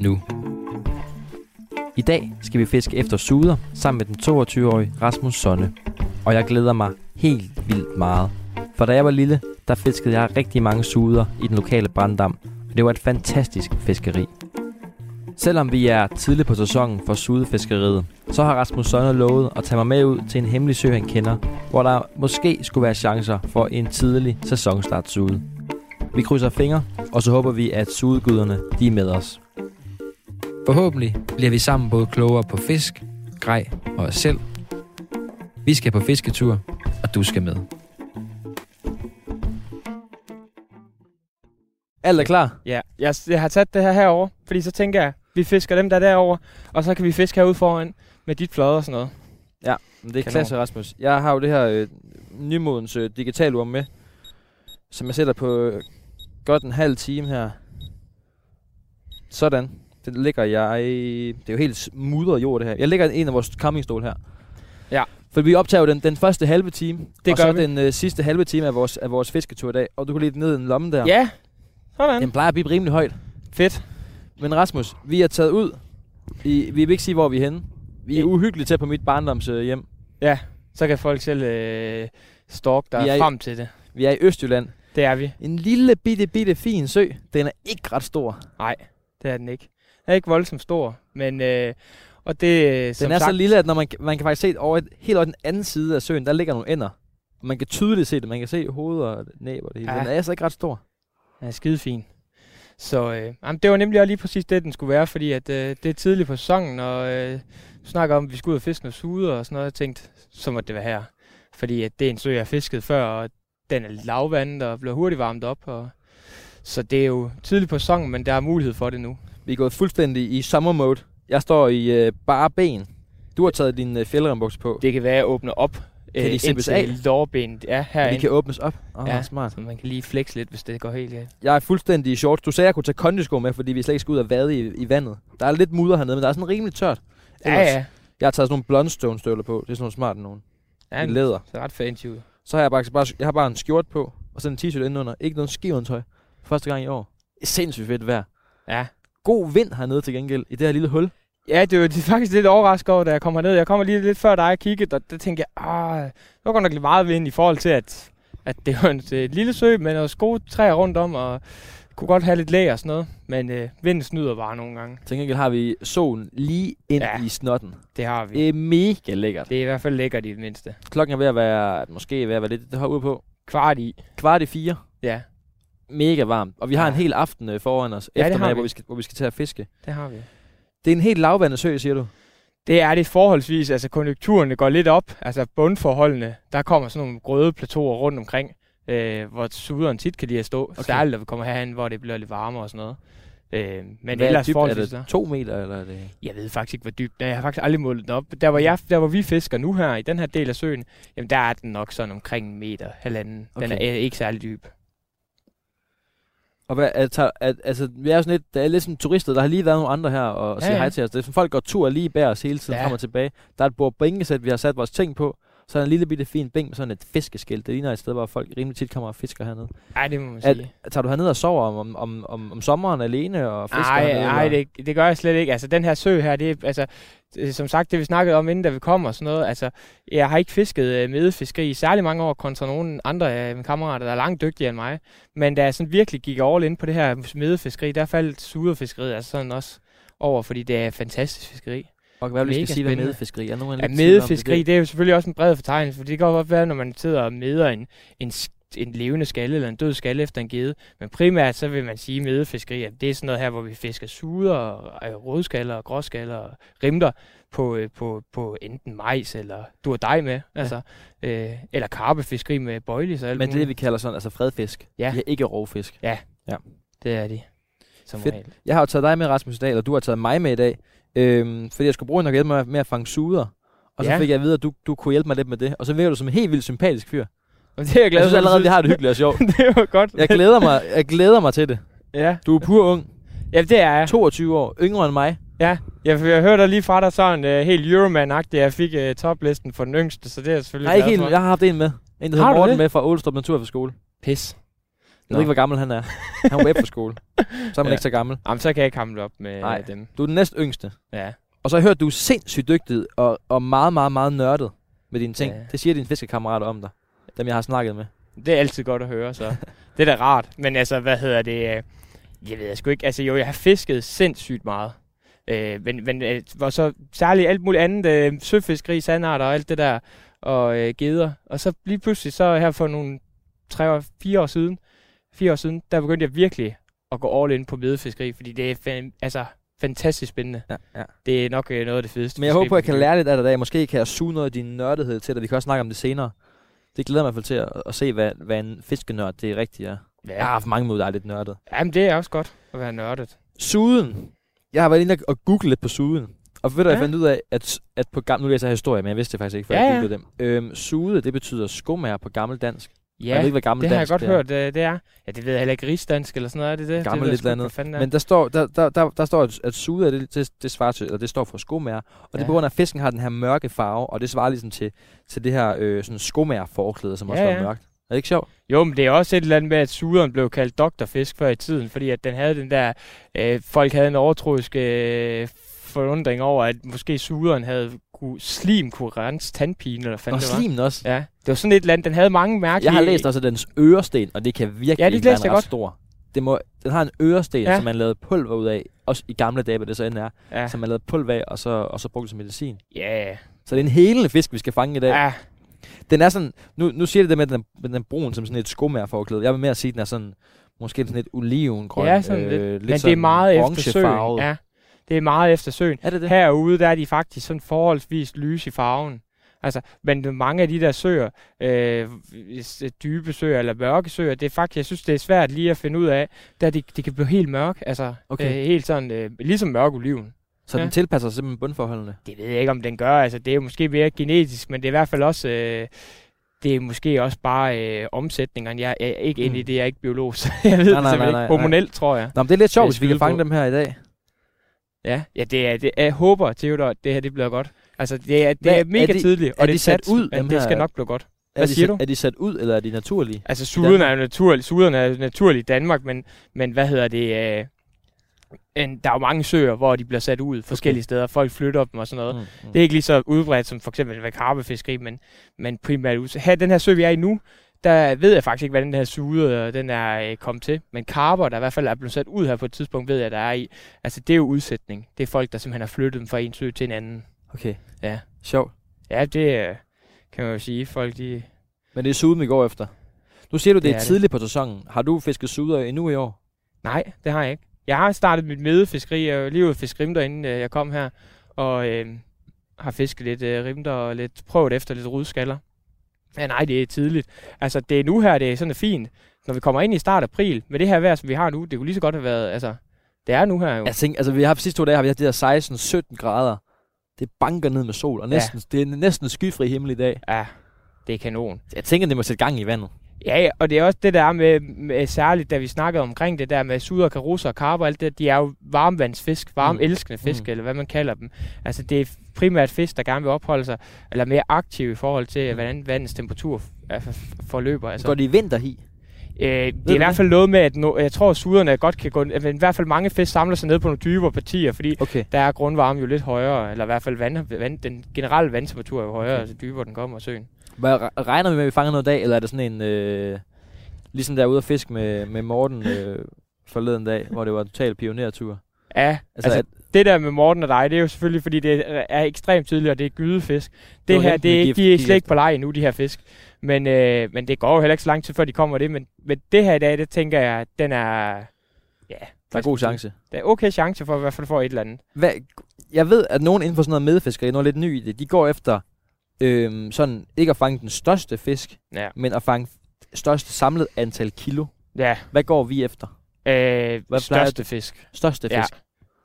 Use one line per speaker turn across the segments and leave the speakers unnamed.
nu.
I dag skal vi fiske efter suder sammen med den 22-årige Rasmus Sonne. Og jeg glæder mig helt vildt meget. For da jeg var lille, der fiskede jeg rigtig mange suder i den lokale branddam, og det var et fantastisk fiskeri. Selvom vi er tidligt på sæsonen for sudefiskeriet, så har Rasmus Sonne lovet at tage mig med ud til en hemmelig sø, han kender, hvor der måske skulle være chancer for en tidlig sæsonstart sude. Vi krydser fingre, og så håber vi, at sudeguderne de er med os.
Forhåbentlig bliver vi sammen både klogere på fisk, grej og os selv. Vi skal på fisketur, og du skal med.
Alt er klar?
Ja, jeg, jeg har taget det her herover, fordi så tænker jeg, vi fisker dem der derover, og så kan vi fiske herude foran med dit flod og sådan noget.
Men det er
Kanon.
klasse, Rasmus. Jeg har jo det her øh, nymodens øh, digitalur med, som jeg sætter på øh, godt en halv time her. Sådan. Det ligger jeg... Det er jo helt mudret jord, det her. Jeg ligger en af vores campingstol her.
Ja.
For vi optager jo den, den første halve time, det
Det
og
gør
så
vi.
den øh, sidste halve time af vores, af vores fisketur i dag. Og du kan lige ned i den lomme der.
Ja, ja. sådan.
Den plejer at blive rimelig højt.
Fedt.
Men Rasmus, vi er taget ud. I, vi vil ikke sige, hvor vi er henne. Vi er
Ja.
uhyggeligt tæt på mit barndoms øh, hjem.
Så kan folk selv øh, stalk
Vi er
dig
i-
frem til det.
Vi er i Østjylland.
Det er vi.
En lille bitte, bitte fin sø. Den er ikke ret stor.
Nej, det er den ikke. Den er ikke voldsomt stor, men... Øh, og det, øh,
Den
som
er
sagt,
så lille, at når man, man kan faktisk se over, et- helt over den anden side af søen, der ligger nogle ender. Og Man kan tydeligt se det. Man kan se hoveder og næb og det hele.
Ja.
Den er altså ikke ret stor.
Den er skide fin. Så øh, jamen, det var nemlig også lige præcis det, den skulle være, fordi at, øh, det er tidligt på sæsonen, og øh, du snakker om, at vi skulle ud og fiske noget sude og sådan noget, og jeg tænkte, så må det være her. Fordi at det er en sø, jeg har fisket før, og den er lavvandet og bliver hurtigt varmet op. Og, så det er jo tidligt på sæsonen, men der er mulighed for det nu.
Vi er gået fuldstændig i summer mode. Jeg står i øh, bare ben. Du har taget din øh, fjellerembukse på.
Det kan være at åbne op øh,
Kan de sættes af?
lårbenet er
Men
herinde,
de kan åbnes op. Oh, ja.
Ja.
smart.
så man kan lige flexe lidt, hvis det går helt galt.
Jeg er fuldstændig i shorts. Du sagde, at jeg kunne tage kondisko med, fordi vi slet ikke skal ud og vade i, i vandet. Der er lidt mudder hernede, men der er sådan rimelig tørt.
Ja, ja.
Jeg har taget sådan nogle blondstone støvler på. Det er sådan nogle smarte nogen.
ja
I
men,
læder.
så ret fancy ud.
Så har jeg faktisk bare, jeg har bare en skjort på, og så en t-shirt indenunder. Ikke noget skivundtøj. Første gang i år. Sindssygt fedt vejr.
Ja.
God vind hernede til gengæld, i det her lille hul.
Ja, det var det er faktisk lidt overrasket over, da jeg kom herned. Jeg kommer lige lidt før dig og kiggede, og der tænkte jeg, ah, det var godt nok lidt meget vind i forhold til, at, at det var en et lille sø med noget gode træer rundt om, og kunne godt have lidt læg og sådan noget. Men øh, vinden snyder bare nogle gange.
Til gengæld har vi solen lige ind ja.
Ja.
i snotten.
Det har vi.
Det er mega lækkert.
Det er i hvert fald lækkert i det mindste.
Klokken er ved at være, måske ved at være lidt det ude på.
Kvart i.
Kvart i fire.
Ja,
Mega varmt. Og vi har
Ja.
en hel aften øh, foran os.
Ja, det har
eftermiddag,
vi.
hvor vi, skal, hvor vi skal til at fiske.
det har vi.
Det er en helt lavvandet sø, siger du.
Det er det forholdsvis, altså konjunkturerne går lidt op, altså bundforholdene, der kommer sådan nogle grøde plateauer rundt omkring, øh, hvor suderen tit kan lide at stå, okay. særligt når vi kommer herhen, hvor det bliver lidt varmere og sådan noget. Øh, men
Hvad er,
ellers
dybt? er
forholdsvis... Er
det to meter, eller er det...
jeg ved faktisk ikke, hvor dybt den er. Jeg har faktisk aldrig målt den op. Der hvor, jeg, der, hvor vi fisker nu her, i den her del af søen, jamen der er den nok sådan omkring en meter, halvanden. Okay. Den
Okay.
er øh, ikke særlig dyb.
Og hvad, er, tager, er, altså, vi er jo sådan lidt, der er lidt sådan turister, der har lige været nogle andre her og, og
Ja,
siger
ja.
hej til os. Det er sådan, folk går tur lige bag os hele tiden ja.
Ja.
frem og tilbage. Der er et bordbænkesæt, vi har sat vores ting på. Så er der en lille bitte fin bænk med sådan et fiskeskilt. Det ligner et sted, hvor folk rimelig tit kommer og fisker hernede.
Nej, det må man sige.
At, tager du herned og sover om, om, om, om, om sommeren alene og fisker
Nej,
hernede,
nej,
eller?
det, det gør jeg slet ikke. Altså, den her sø her, det er, altså, øh, som sagt, det vi snakkede om, inden da vi kom og sådan noget, altså, jeg har ikke fisket øh, medefiskeri i særlig mange år kontra nogle andre af mine kammerater, der er langt dygtigere end mig. Men da jeg sådan virkelig gik all in på det her medefiskeri, der faldt suderfiskeriet altså sådan også over, fordi det er fantastisk fiskeri.
Og hvad vil du
mega
skal sige, hvad
spændende.
medfiskeri er? Nogen er
Ja,
lidt i tvivl om det.
medefiskeri, det er jo selvfølgelig også en bred fortegnelse, for det kan godt være, når man sidder og meder en, en, sk- en levende skalle eller en død skalle efter en gede. Men primært så vil man sige medefiskeri, at det er sådan noget her, hvor vi fisker suder, og, øh, rødskaller og gråskaller og rimter på, øh, på, på enten majs eller du og dig med, altså, øh, eller karpefiskeri med bøjlis og alt
Men det er det,
muligt.
vi kalder sådan, altså fredfisk.
Ja.
Det er ikke rovfisk.
Det er det. som
Fedt.
regel.
Jeg har jo taget dig med, Rasmus, i dag, eller du har taget mig med i dag, øhm, fordi jeg skulle bruge en, der kunne hjælpe mig med at fange suder. Og så
Ja.
fik jeg at vide, at du, du kunne hjælpe mig lidt med det. Og så virker du som en helt vildt sympatisk fyr.
Og det er jeg glad
Jeg synes
for,
allerede,
du
vi har det hyggeligt og sjovt.
det var godt.
Jeg glæder mig, jeg glæder mig til det.
Ja.
Du er pur ung.
ja, det er jeg.
22 år. Yngre end mig.
Jeg, jeg hørte lige fra dig sådan uh, helt Euroman-agtig, jeg fik uh, toplisten for den yngste, så det er jeg selvfølgelig
Nej, ikke
glad
helt.
for.
Jeg har haft en med. En, der
Har
hedder
du
Morten
det?
med fra Ålestrup Naturfagskole.
Pis.
Jeg
Nå.
ved ikke, hvor gammel han er. Han var på efterskole. Så er man
Ja.
ikke så gammel.
Jamen, så kan jeg ikke hamle op med
Nej.
Nej. dem.
Du er den næst yngste.
Ja.
Og så har jeg hørt, du er sindssygt dygtig og, og meget, meget, meget nørdet med dine ting.
Ja.
Det siger dine fiskekammerater om dig. Dem, jeg har snakket med.
Det er altid godt at høre, så. det er da rart. Men altså, hvad hedder det? øh, Jeg ved jeg sgu ikke. Altså jo, jeg har fisket sindssygt meget. Øh, men men øh, og så særligt alt muligt andet. Øh, søfiskeri, sandarter og alt det der. Og øh, geder. Og så lige pludselig, så her for nogle tre år, fire år siden, fire år siden, der begyndte jeg virkelig at gå all in på medefiskeri, fordi det er fan, altså, fantastisk spændende.
Ja, ja.
Det er nok øh, noget af det fedeste.
Men jeg
fiskeri,
håber, jeg
man
kan lære lidt af dig i dag. Måske kan jeg suge noget af din nørdethed til dig. Vi kan også snakke om det senere. Det glæder mig i hvert fald til at, at se, hvad, hvad en fiskenørd det rigtigt er.
gøre.
Jeg har haft mange mod dig lidt nørdet.
Ja. Jamen, det er også godt at være nørdet.
Suden. Jeg har været inde og google lidt på suden. Og ved du, ja. jeg
Ja.
fandt ud af, at, at på gammel... Nu læser jeg historie, men jeg vidste det faktisk ikke, før
Ja,
jeg
ja.
googlede dem. Øhm, sude, det betyder skomager på gammel dansk. Ja,
Ja.
jeg ved ikke, hvad gammel
Det har jeg
dansk
godt
det er.
hørt, øh, det er. Ja, det ved jeg heller ikke, rigsdansk eller sådan noget, er det det?
Gammel
det ved jeg
et
sgu
eller
ikke,
andet.
hvad fanden det er.
Men der står, der, der, der, der står at, at sude, det, det, det, svarer til, eller det står for skomager. Og det er
Ja.
på grund af, at fisken har den her mørke farve, og det svarer ligesom til, til det her øh, sådan skomager-forklæde, som også
Ja,
var
ja.
mørkt. Er det ikke sjovt?
Jo, men det er også et eller andet med, at sugeren blev kaldt doktorfisk før i tiden, fordi at den havde den der, øh, folk havde en overtroisk øh, forundring over, at måske sugeren havde kunne, slim kunne rense tandpine, eller hvad
Og
fanden det var.
slimen også.
Ja, det var sådan et eller andet, den havde mange
Jeg
mærkelige...
har læst også at dens øresten, og det kan virkelig
Ja, det
ikke være
læste
en
jeg
ret
godt.
stor. Det må, den har en øresten, ja.
Ja.
som man lavede pulver ud af, også i gamle dage, hvad det så end er,
Ja,
som man lavede pulver af, og så, og så brugte det som medicin.
ja,
Så det er en helende fisk, vi skal fange i dag. Ja.
ja.
Den er sådan, nu, nu siger det det med, at den er, den er brun som sådan et skomærforklæde. Jeg vil mere sige, at den er sådan, måske sådan lidt olivengrøn. øh,
ja sådan lidt. Men det er meget efter søen.
Ja.
Ja, det er meget efter søen.
Er det det?
Herude, der er de faktisk sådan forholdsvis lyse i farven. Altså, men mange af de der søer, øh, s- dybe søer eller mørke søer, det er faktisk, jeg synes, det er svært lige at finde ud af, da de, de kan blive helt mørke, altså
Okay.
okay. øh, helt sådan, øh, ligesom mørk oliven.
Så den
Ja.
tilpasser sig simpelthen bundforholdene.
Det ved jeg ikke, om den gør, altså det er jo måske mere genetisk, men det er i hvert fald også, øh, det er måske også bare øh, omsætningerne. Jeg er ikke inde i
Mm.
det, jeg er ikke biolog, så jeg ved nej, det
nej,
simpelthen
nej, nej.
ikke. Hormonelt, tror jeg.
Nå, men det er lidt sjovt,
Det er
hvis vi kan
skyde på.
fange dem her i dag.
Ja, ja det er, det er, jeg håber, Theodor, at det her det bliver godt. Altså, det er, det
Hvad-
er mega
er de-
tidligt, og
er
det
de sat
satsen,
ud, dem
men det
her?
skal nok blive godt.
er
Hvad
de,
siger
sat-
du?
Er de sat ud, eller er de naturlige?
Altså, suden er jo naturlig, suden er jo naturlig i Danmark, men, men hvad hedder det... Øh, en, der er jo mange søer, hvor de bliver sat ud forskellige steder. Folk flytter dem og sådan noget.
mm.
Det er ikke lige så udbredt som for eksempel ved karpefiskeri, men, men primært ud. Her, den her sø, vi er i nu, der ved jeg faktisk ikke, hvordan den her sude øh, den er øh, kommet til. Men karper, der i hvert fald er blevet sat ud her på et tidspunkt, ved jeg, der er i. Altså, det er jo udsætning. Det er folk, der simpelthen har flyttet dem fra en sø til en anden.
Okay.
Ja.
Sjovt.
Ja, det øh, kan man jo sige. Folk, de...
Men det er suden, vi går efter. Nu siger du, det,
Det
det er,
er det.
tidligt på sæsonen. Har du fisket suder endnu i år?
Nej, det har jeg ikke. Jeg har startet mit medefiskeri. Jeg er jo lige ude at fiske rimter, inden øh, jeg kom her. Og øh, har fisket lidt øh, rimter og lidt, prøvet efter lidt rudskaller. Ja, nej, det er tidligt. Altså, det er nu her, det er sådan fint. Når vi kommer ind i start april, med det her vejr, som vi har nu, det kunne lige så godt have været, altså, det er nu her jo.
Jeg tænker, altså vi har de sidste to dage, har vi haft de der 16-17 grader. Det banker ned med sol, og
Ja.
næsten, ja. det er næsten skyfri himmel i dag.
Ja, det er kanon.
Jeg tænker, det må sætte gang i vandet.
Ja, ja, og det er også det der med, med særligt, da vi snakkede omkring det der med suder, karusser og karper og alt det, de er jo varmvandsfisk, varmelskende fisk,
Mm.
mm. eller hvad man kalder dem. Altså det er f- primært fisk, der gerne vil opholde sig, eller mere aktiv i forhold
Mm.
til, hvordan vandets temperatur f- er f- forløber.
Altså.
Altså.
Går det i vinter hi?
Øh, det
du
er i hvert
det?
fald noget med, at no, jeg tror, at suderne godt kan gå, men i hvert fald mange fisk samler sig ned på nogle dybere partier, fordi
Okay.
der er grundvarmen jo lidt højere, eller i hvert fald vand, vand, den generelle vandtemperatur er jo højere,
Okay.
okay. altså dybere den kommer af søen.
Hvad, re- regner vi med, at vi fanger noget i dag, eller er det sådan en... Øh, ligesom der er ude at fiske med, med Morten øh, forleden dag, hvor det var en total pionertur.
Ja,
Altså, altså at,
det der med Morten og dig, det er jo selvfølgelig, fordi det er- er ekstremt tydeligt, og det er gydefisk.
Det
Det,
var
her,
hente
det
med
er ikke,
gift,
de er
gik
slet ikke
efter.
på leg endnu, de her fisk. Men, øh, men det går jo heller ikke så lang tid, før de kommer det. Men, men det her i dag, det tænker jeg, den er... Ja,
der er god chance.
Der er okay chance for, at i hvert fald får et eller andet.
Hvad, jeg ved, at nogen inden for sådan noget medfiskeri, nu er lidt ny i det, de går efter øhm, sådan ikke at fange den største fisk,
Ja.
men at fange største samlet antal kilo.
Ja,
Hvad går vi efter?
Øh,
Hvad
største fisk.
Største
Ja.
fisk.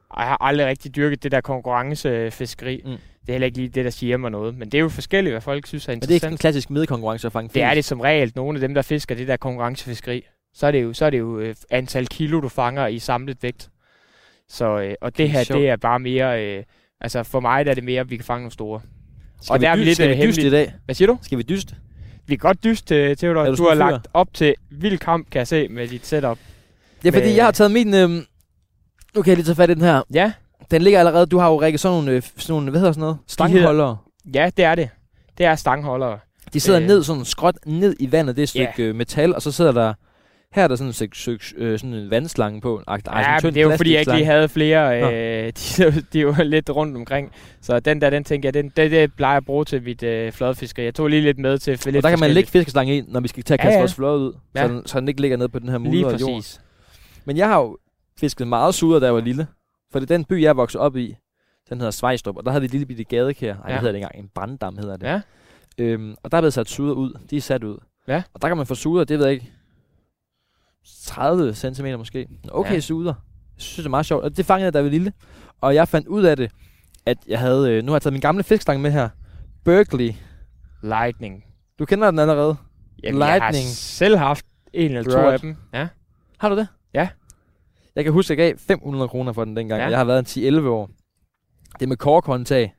Og jeg har aldrig rigtig dyrket det der konkurrencefiskeri.
Mm.
Mm. Det er heller ikke lige det, der siger mig noget. Men det er jo forskelligt, hvad folk synes er
Men det er ikke en
interessant.
klassisk medkonkurrence at fange fisk.
Det er det som regel. Nogle af dem, der fisker det der konkurrencefiskeri, så er det jo, så er det jo øh, antal kilo, du fanger i samlet vægt. Så, øh, og det
Okay,
her,
sjovt.
det er bare mere... Øh, altså for mig der er det mere, at vi kan fange nogle store.
Skal
Og
vi
der er vi
dy-
lidt,
skal
øh,
vi dyste i dag?
Hvad siger du?
Skal vi dyste?
Vi kan godt dyste, øh, Theodor.
Er du
Du,
sådan
du har
en fyr?
lagt op til vild kamp, kan jeg se, med dit setup.
Ja, fordi
Men-
jeg har taget min... Øhm, nu kan jeg lige tage fat i den her.
Ja,
Den ligger allerede... Du har jo rækket sådan nogle... Øh, f- sådan nogle hvad hedder sådan noget? Stangholdere.
ja, det er det. Det er stangholdere.
De sidder øh.
Øh.
ned sådan skråt ned i vandet. Det er et stykke øh, metal, og så sidder der... Her er der sådan en, stykke, stykke, øh, sådan en vandslange på. Ej, sådan en
ja, men
tynd
det er jo fordi, jeg ikke lige
plastikslange.
havde flere. Øh, de, er jo- de er jo lidt rundt omkring. Så den der, den tænker jeg, den, det, det plejer jeg at bruge til mit øh, flodfiskeri. Jeg tog lige lidt med til lidt
Og der kan man lægge
forskelligt.
fiskeslangen i, når vi skal til at kaste ja,
Ja,
ja.
ja.
vores flåde ud. Ja.
Ja.
Så, den, så den ikke ligger nede på den her
Lige
mudrede jord.
præcis.
Men jeg har jo fisket meget suder, da jeg var lille. For det er den by, jeg voksede op i. Den hedder Svejstrup, og der havde vi et lille bitte gadekær. Ej, ja.
Ja.
det hedder det ikke engang. En branddam hedder det.
Ja.
Øhm, og der er blevet sat suder ud. De er sat ud.
Ja.
Og der kan man få suder, det ved jeg ikke, 30 cm måske. Okay ja.
Ja.
suder. Jeg synes, det er meget sjovt. Og det fangede jeg, da jeg var lille. Og jeg fandt ud af det, at jeg havde... Øh, nu har jeg taget min gamle fiskstang med her. Berkeley.
Lightning.
Du kender den allerede.
Jamen, Jeg
Lightning.
har selv haft en eller to
Rod.
af dem. Ja.
Har du det?
Ja.
Jeg kan huske, at jeg gav 500 kroner for den dengang, ja.
Ja.
og jeg har været en 10-11 år. Det er med korkhåndtag.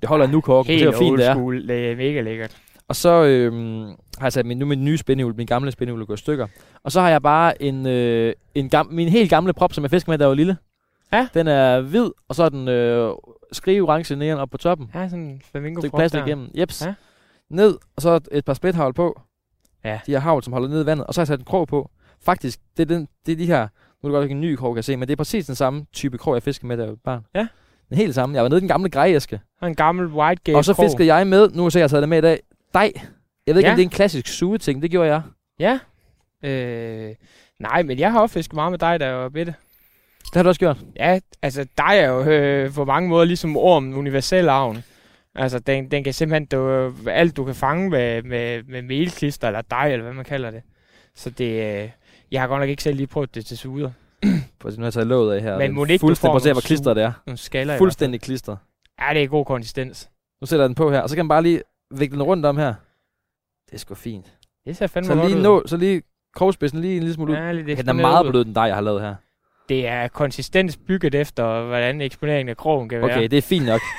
Det holder nu kork, det er jo fint, det er.
school. Det er mega lækkert.
Og så øhm, har jeg sat min, nu min nye spændehjul, min gamle spændehjul, går i stykker. Og så har jeg bare en, øh, en gam, min helt gamle prop, som jeg fiskede med, da jeg var lille.
Ja.
Den er hvid, og så er den øh, skrigeorange nede oppe på toppen.
Ja, sådan en flamingo
Stykke plastik igennem. Jeps. Ja.
Ja.
Ned, og så et par spæthavl på.
Ja.
De her havl, som holder ned i vandet. Og så har jeg sat en krog på. Faktisk, det er, den, det er de her... Nu er det godt ikke en ny krog, kan jeg se, men det er præcis den samme type krog, jeg fiskede med, da jeg var barn.
Ja.
Den helt samme. Jeg var nede i den gamle grejæske.
Og en gammel white gate
Og så fiskede jeg med, nu ser jeg har taget det med i dag, dig. Jeg ved ikke,
Ja.
om det er en klassisk sugeting, det gjorde jeg.
Ja. Øh, nej, men jeg har også fisket meget med dig, da jeg var bitte.
Det har du også gjort.
Ja, altså dig er jo øh, på mange måder ligesom ormen, universelavn. Altså, den, den kan simpelthen, du, øh, alt du kan fange med, med, med melklister, eller dig, eller hvad man kalder det. Så det, øh, jeg har godt nok ikke selv lige prøvet det til suder.
Prøv at se, nu har jeg taget låget af her.
Men
Det er
må det ikke, du
fuldstændig,
får
prøv at se,
nogle
hvor klistret det er.
Nogle skaller
Fuldstændig klistret.
i hvert fald. Ja, det er god konsistens.
Nu sætter jeg den på her, og så kan man bare lige vikle den rundt om her. Det er sgu fint.
Det ser fandme
Så
godt
lige
ud.
nå, så lige krogspidsen lige en lille smule ud.
Ja, lidt
Ja, den er
eksponeret
meget
ud.
blød, den dej, jeg har lavet her.
Det er konsistens bygget efter, hvordan eksponeringen af krogen kan
Okay,
være.
det er fint nok.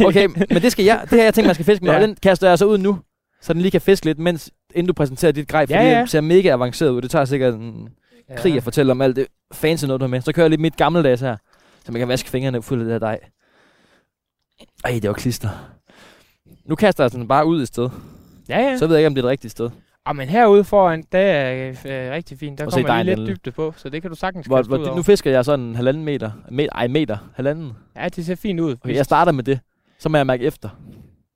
Okay, men det skal jeg, det her jeg tænker, man skal fiske med, ja.
Ja.
og den kaster jeg altså ud nu, så den lige kan fiske lidt, mens, inden du præsenterer dit grej, fordi
Ja,
ja, ja.
ja.
det ser mega avanceret ud. Det tager sikkert en krig at fortælle om alt det fancy noget, du har med. Så kører jeg lidt mit gammeldags her, så man kan vaske fingrene fuld af det her dej. Ej, det var klister. Nu kaster jeg den bare ud et sted.
Ja, ja.
Så ved jeg ikke, om det er det rigtige sted.
Og men herude foran, der er øh, rigtig fint. Der
Og se
kommer
dejen,
lige lidt
den-
dybde på, så det kan du sagtens
Hvor,
kaste
hvor,
ud
det-
over.
nu fisker jeg sådan en halvanden meter. meter ej, meter. Halvanden.
Ja, det ser fint ud.
Okay, jeg starter med det. Så må jeg mærke efter.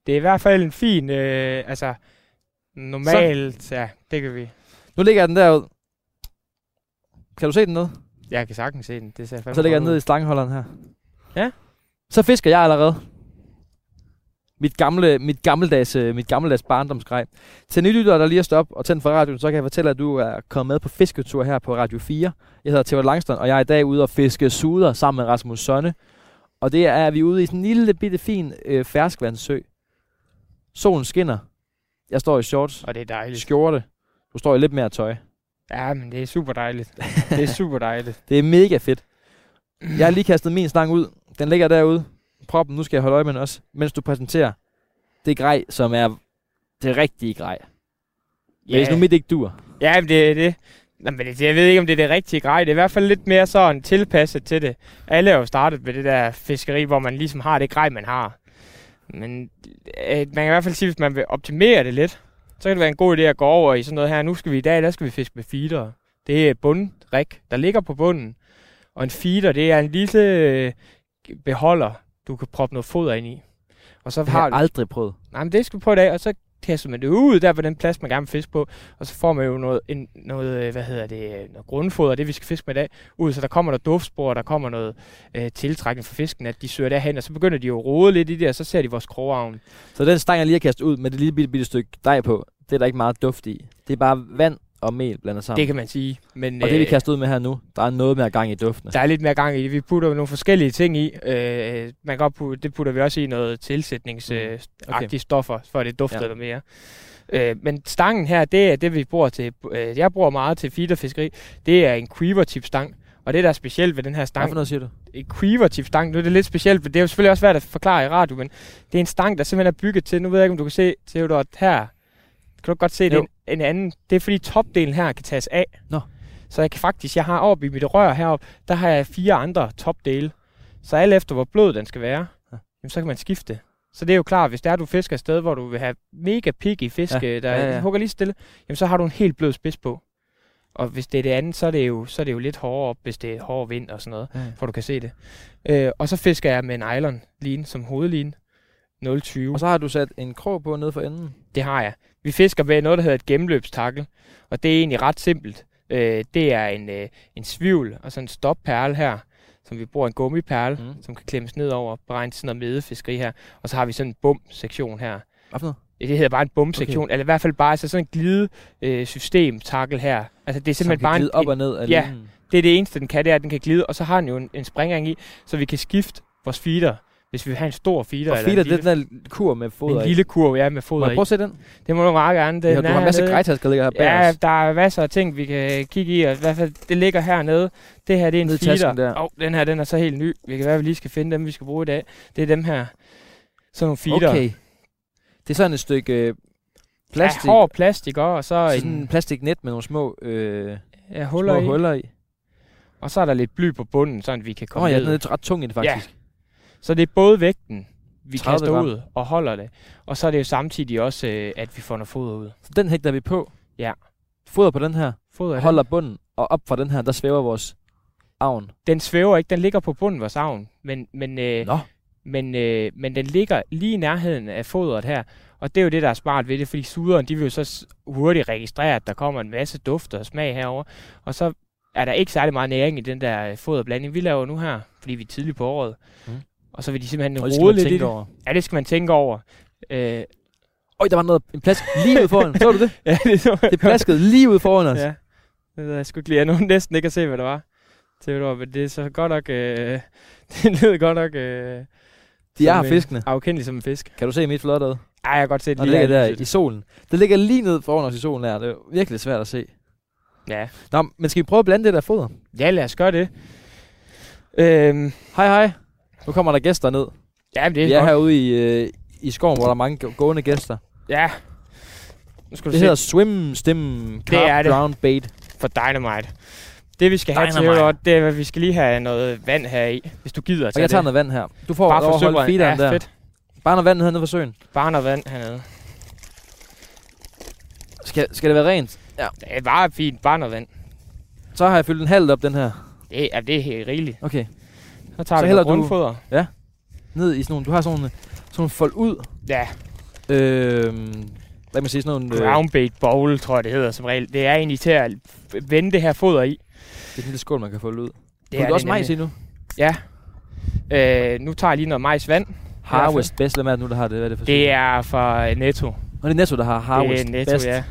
Det er i hvert fald en fin, øh, altså normalt, så. ja, det kan vi.
Nu ligger jeg den derud. Kan du se den ned?
Jeg kan sagtens se den, det ser fandme
Så ligger jeg
godt
ned
ud.
i stangeholderen her.
Ja.
Så fisker jeg allerede. Mit, gamle, mit, gammeldags, øh, mit gammeldags barndomsgrej. Til nylyttere, der lige er stop og tændt for radioen, så kan jeg fortælle, at du er kommet med på fisketur her på Radio 4. Jeg hedder Theo Langstrøm, og jeg er i dag ude og fiske suder sammen med Rasmus Sønne. Og det er, at vi er ude i sådan en lille bitte fin øh, ferskvandssø. Solen skinner. Jeg står i shorts,
Og det er dejligt.
skjorte. Du står i lidt mere tøj.
Ja, men det er super dejligt. det er super dejligt.
Det er mega fedt. Jeg har lige kastet min stang ud. Den ligger derude. Proppen, nu skal jeg holde øje med den også, mens du præsenterer det grej, som er det rigtige grej. Yeah. Hvis nu mit ikke dur.
Ja, men det er det. Nå, men det, jeg ved ikke, om det er det rigtige grej. Det er i hvert fald lidt mere sådan tilpasset til det. Alle er jo startet med det der fiskeri, hvor man ligesom har det grej, man har. Men øh, man kan i hvert fald sige, hvis man vil optimere det lidt, så kan det være en god idé at gå over i sådan noget her. Nu skal vi i dag, der skal vi fiske med feeder. Det er bundrik, der ligger på bunden. Og en feeder, det er en lille øh, beholder, du kan proppe noget foder ind i. Og så
Det har
har
jeg aldrig prøvet.
Nej, men det skal vi prøve i dag, og så kaster man det ud der på den plads, man gerne vil fiske på, og så får man jo noget, en, noget øh, hvad hedder det, øh, noget grundfoder, det vi skal fiske med i dag, ud, så der kommer noget duftspor, og der kommer noget øh, tiltrækning for fisken, at de søger derhen, og så begynder de jo at rode lidt i det, og så ser de vores krogavn.
Så den stang, jeg lige har kastet ud med det lille bitte, bitte stykke dej på, det er der ikke meget duft i. Det er bare vand og mel blander sammen.
Det kan man sige. Men,
og det vi
øh,
kaster ud med her nu, der er noget mere gang i duftene.
Der er lidt mere gang i det. Vi putter nogle forskellige ting i. Øh, man kan godt putte, det putter vi også i noget tilsætningsagtige
Mm. Okay.
okay. stoffer, for at det dufter
Ja.
ja. noget mere. Øh, men stangen her, det er det, vi bruger til. Øh, jeg bruger meget til feed og fiskeri. Det er en quiver-tip stang. Og det, der er specielt ved den her
Hvad for
stang,
noget siger du?
en quiver-tip stang, nu er det lidt specielt, men det er jo selvfølgelig også svært at forklare i radio, men det er en stang, der simpelthen er bygget til, nu ved jeg ikke, om du kan se, Theodor, her, kan du godt se, det er
Jo.
en, en anden, det er fordi topdelen her kan tages af.
Nå.
Så jeg kan faktisk, jeg har oppe i mit rør heroppe, der har jeg fire andre topdele. Så alt efter, hvor blød den skal være,
Ja.
ja. jamen, så kan man skifte. Så det er jo klart, hvis der er, du fisker et sted, hvor du vil have mega piggy fisk,
Ja,
ja. der
ja, ja.
ja, ja. hugger lige stille, jamen så har du en helt blød spids på. Og hvis det er det andet, så er det jo, så er det jo lidt hårdere op, hvis det er hård vind og sådan noget
Ja.
for du kan se det. Øh, og så fisker jeg med en nylon line som hovedline. 0,20.
Og så har du sat en krog på nede for enden.
Det har jeg. Vi fisker med noget, der hedder et gennemløbstakkel, og det er egentlig ret simpelt. Øh, det er en, øh, en svivl og sådan en stopperle her, som vi bruger en gummiperle,
Mm.
mm. som kan klemmes ned over, beregnet sådan noget medefiskeri her. Og så har vi sådan en bum-sektion her.
Hvad for noget?
Det hedder bare en bum-sektion, okay. eller i hvert fald bare altså sådan en glide øh, system takkel her. Altså det er
Som
simpelthen
kan
bare en,
glide op og ned af
ja.
linen.
det er det eneste, den kan, det er, at den kan glide, og så har den jo en, en springring i, så vi kan skifte vores feeder, hvis vi vil have en stor feeder.
Og
eller
feeder,
en lille,
det er den der kur med foder
en
i.
lille kurv, ja, med
Må
foder
jeg
i.
prøve at se den?
Det må du meget gerne. Den
Ja, du har
er
masser af
hernede.
grejtasker, der ligger her bag
Ja,
os.
der er masser af ting, vi kan øh, kigge i, og i hvert fald, det ligger hernede. Det her, det er en
Nede i
feeder.
tasken der.
Åh, den her, den er så helt ny. Vi kan i hvert fald lige skal finde dem, vi skal bruge i dag. Det er dem her. Sådan nogle feeder.
Okay. Det er sådan et stykke øh, plastik.
Ja, hård plastik også, og så
sådan en
en,
plastiknet med nogle små, øh,
ja,
huller, små
huller,
i.
i.
huller i.
Og så er der lidt bly på bunden, sådan vi kan
Åh
komme
oh, ja,
ned.
den er lidt ret tung i det faktisk.
Så det er både vægten, vi
30
kaster
gram.
ud og holder det, og så er det jo samtidig også, øh, at vi får noget foder ud.
Så den hægter vi på.
Ja.
Foder på den her,
Foder,
og
Hold.
holder bunden, og op fra den her, der svæver vores avn.
Den svæver ikke, den ligger på bunden vores savn, men, men, øh,
Nå,
men, øh, men den ligger lige i nærheden af fodret her, og det er jo det, der er smart ved det, fordi suderen, de vil jo så s- hurtigt registrere, at der kommer en masse duft og smag herover, og så er der ikke særlig meget næring i den der øh, foderblanding, vi laver nu her, fordi vi er tidligt på året.
Mm.
Mm. Og så vil de simpelthen
og det skal
rode
man
lidt i
tænke
det.
over.
Ja, det skal man tænke over. Øh,
Øj, der var noget, en plask lige ud foran. Så du det?
ja, det, så-
Det plaskede lige ud foran os.
Ja. Det ved jeg sgu ikke lige. Jeg nåede næsten ikke at se, hvad det var. Theodor, men det er så godt nok... Øh, det lyder godt nok... Øh,
De er
som
her
en-
fiskene.
Afkendelig som en fisk.
Kan du se mit flotte ad?
Ej, jeg kan godt se det
Og det ligger der i
lyset.
solen. Det ligger lige ned foran os i solen her. Det er jo virkelig svært at se.
Ja.
Nå, men skal vi prøve at blande det der foder?
ja, lad os gøre det. Øhm,
Hej hej. Nu kommer der gæster ned.
ja, men det er
Vi er
godt.
herude i, øh, i skoven, hvor der er mange gå- gående gæster.
Ja. Nu skal du
Det
se
hedder Swim, Stim, Carp,
er det.
Drown, Bait.
for Dynamite. Det vi skal have,
Dynamite.
Theodor, det er, at vi skal lige have noget vand her i, hvis du gider at
Og
tage
jeg tager
det.
noget vand her. Du får
Bare
lov
for
at holde
søvren.
feederen
Ja,
der.
fedt.
Bare noget vand hernede fra søen.
Bare noget vand hernede.
Skal, skal det være rent?
Det er bare fint. Bare noget vand.
Så har jeg fyldt en halvt op den her.
Det er, det er helt rigeligt.
Okay.
Så tager
Så
så vi
hælder
noget
du-
grundfoder.
Ned i sådan nogle, du har sådan nogle, sådan nogle fold ud.
Ja,
Øh, hvad man sige, sådan nogle, øh, det er
Ground bait bowl, tror jeg det hedder som regel. Det er egentlig til at f- vende det her foder i.
sådan en lille skål, man kan folde ud. Det
er
er du også majs i
nemlig.
nu?
øh, Nu tager jeg lige noget majsvand.
Harvest Best, hvem er det nu, der har det? Hvad er det for
Det er fra øh, Netto.
Og det er Netto, der har Harvest
det er Netto,
Best.
ja.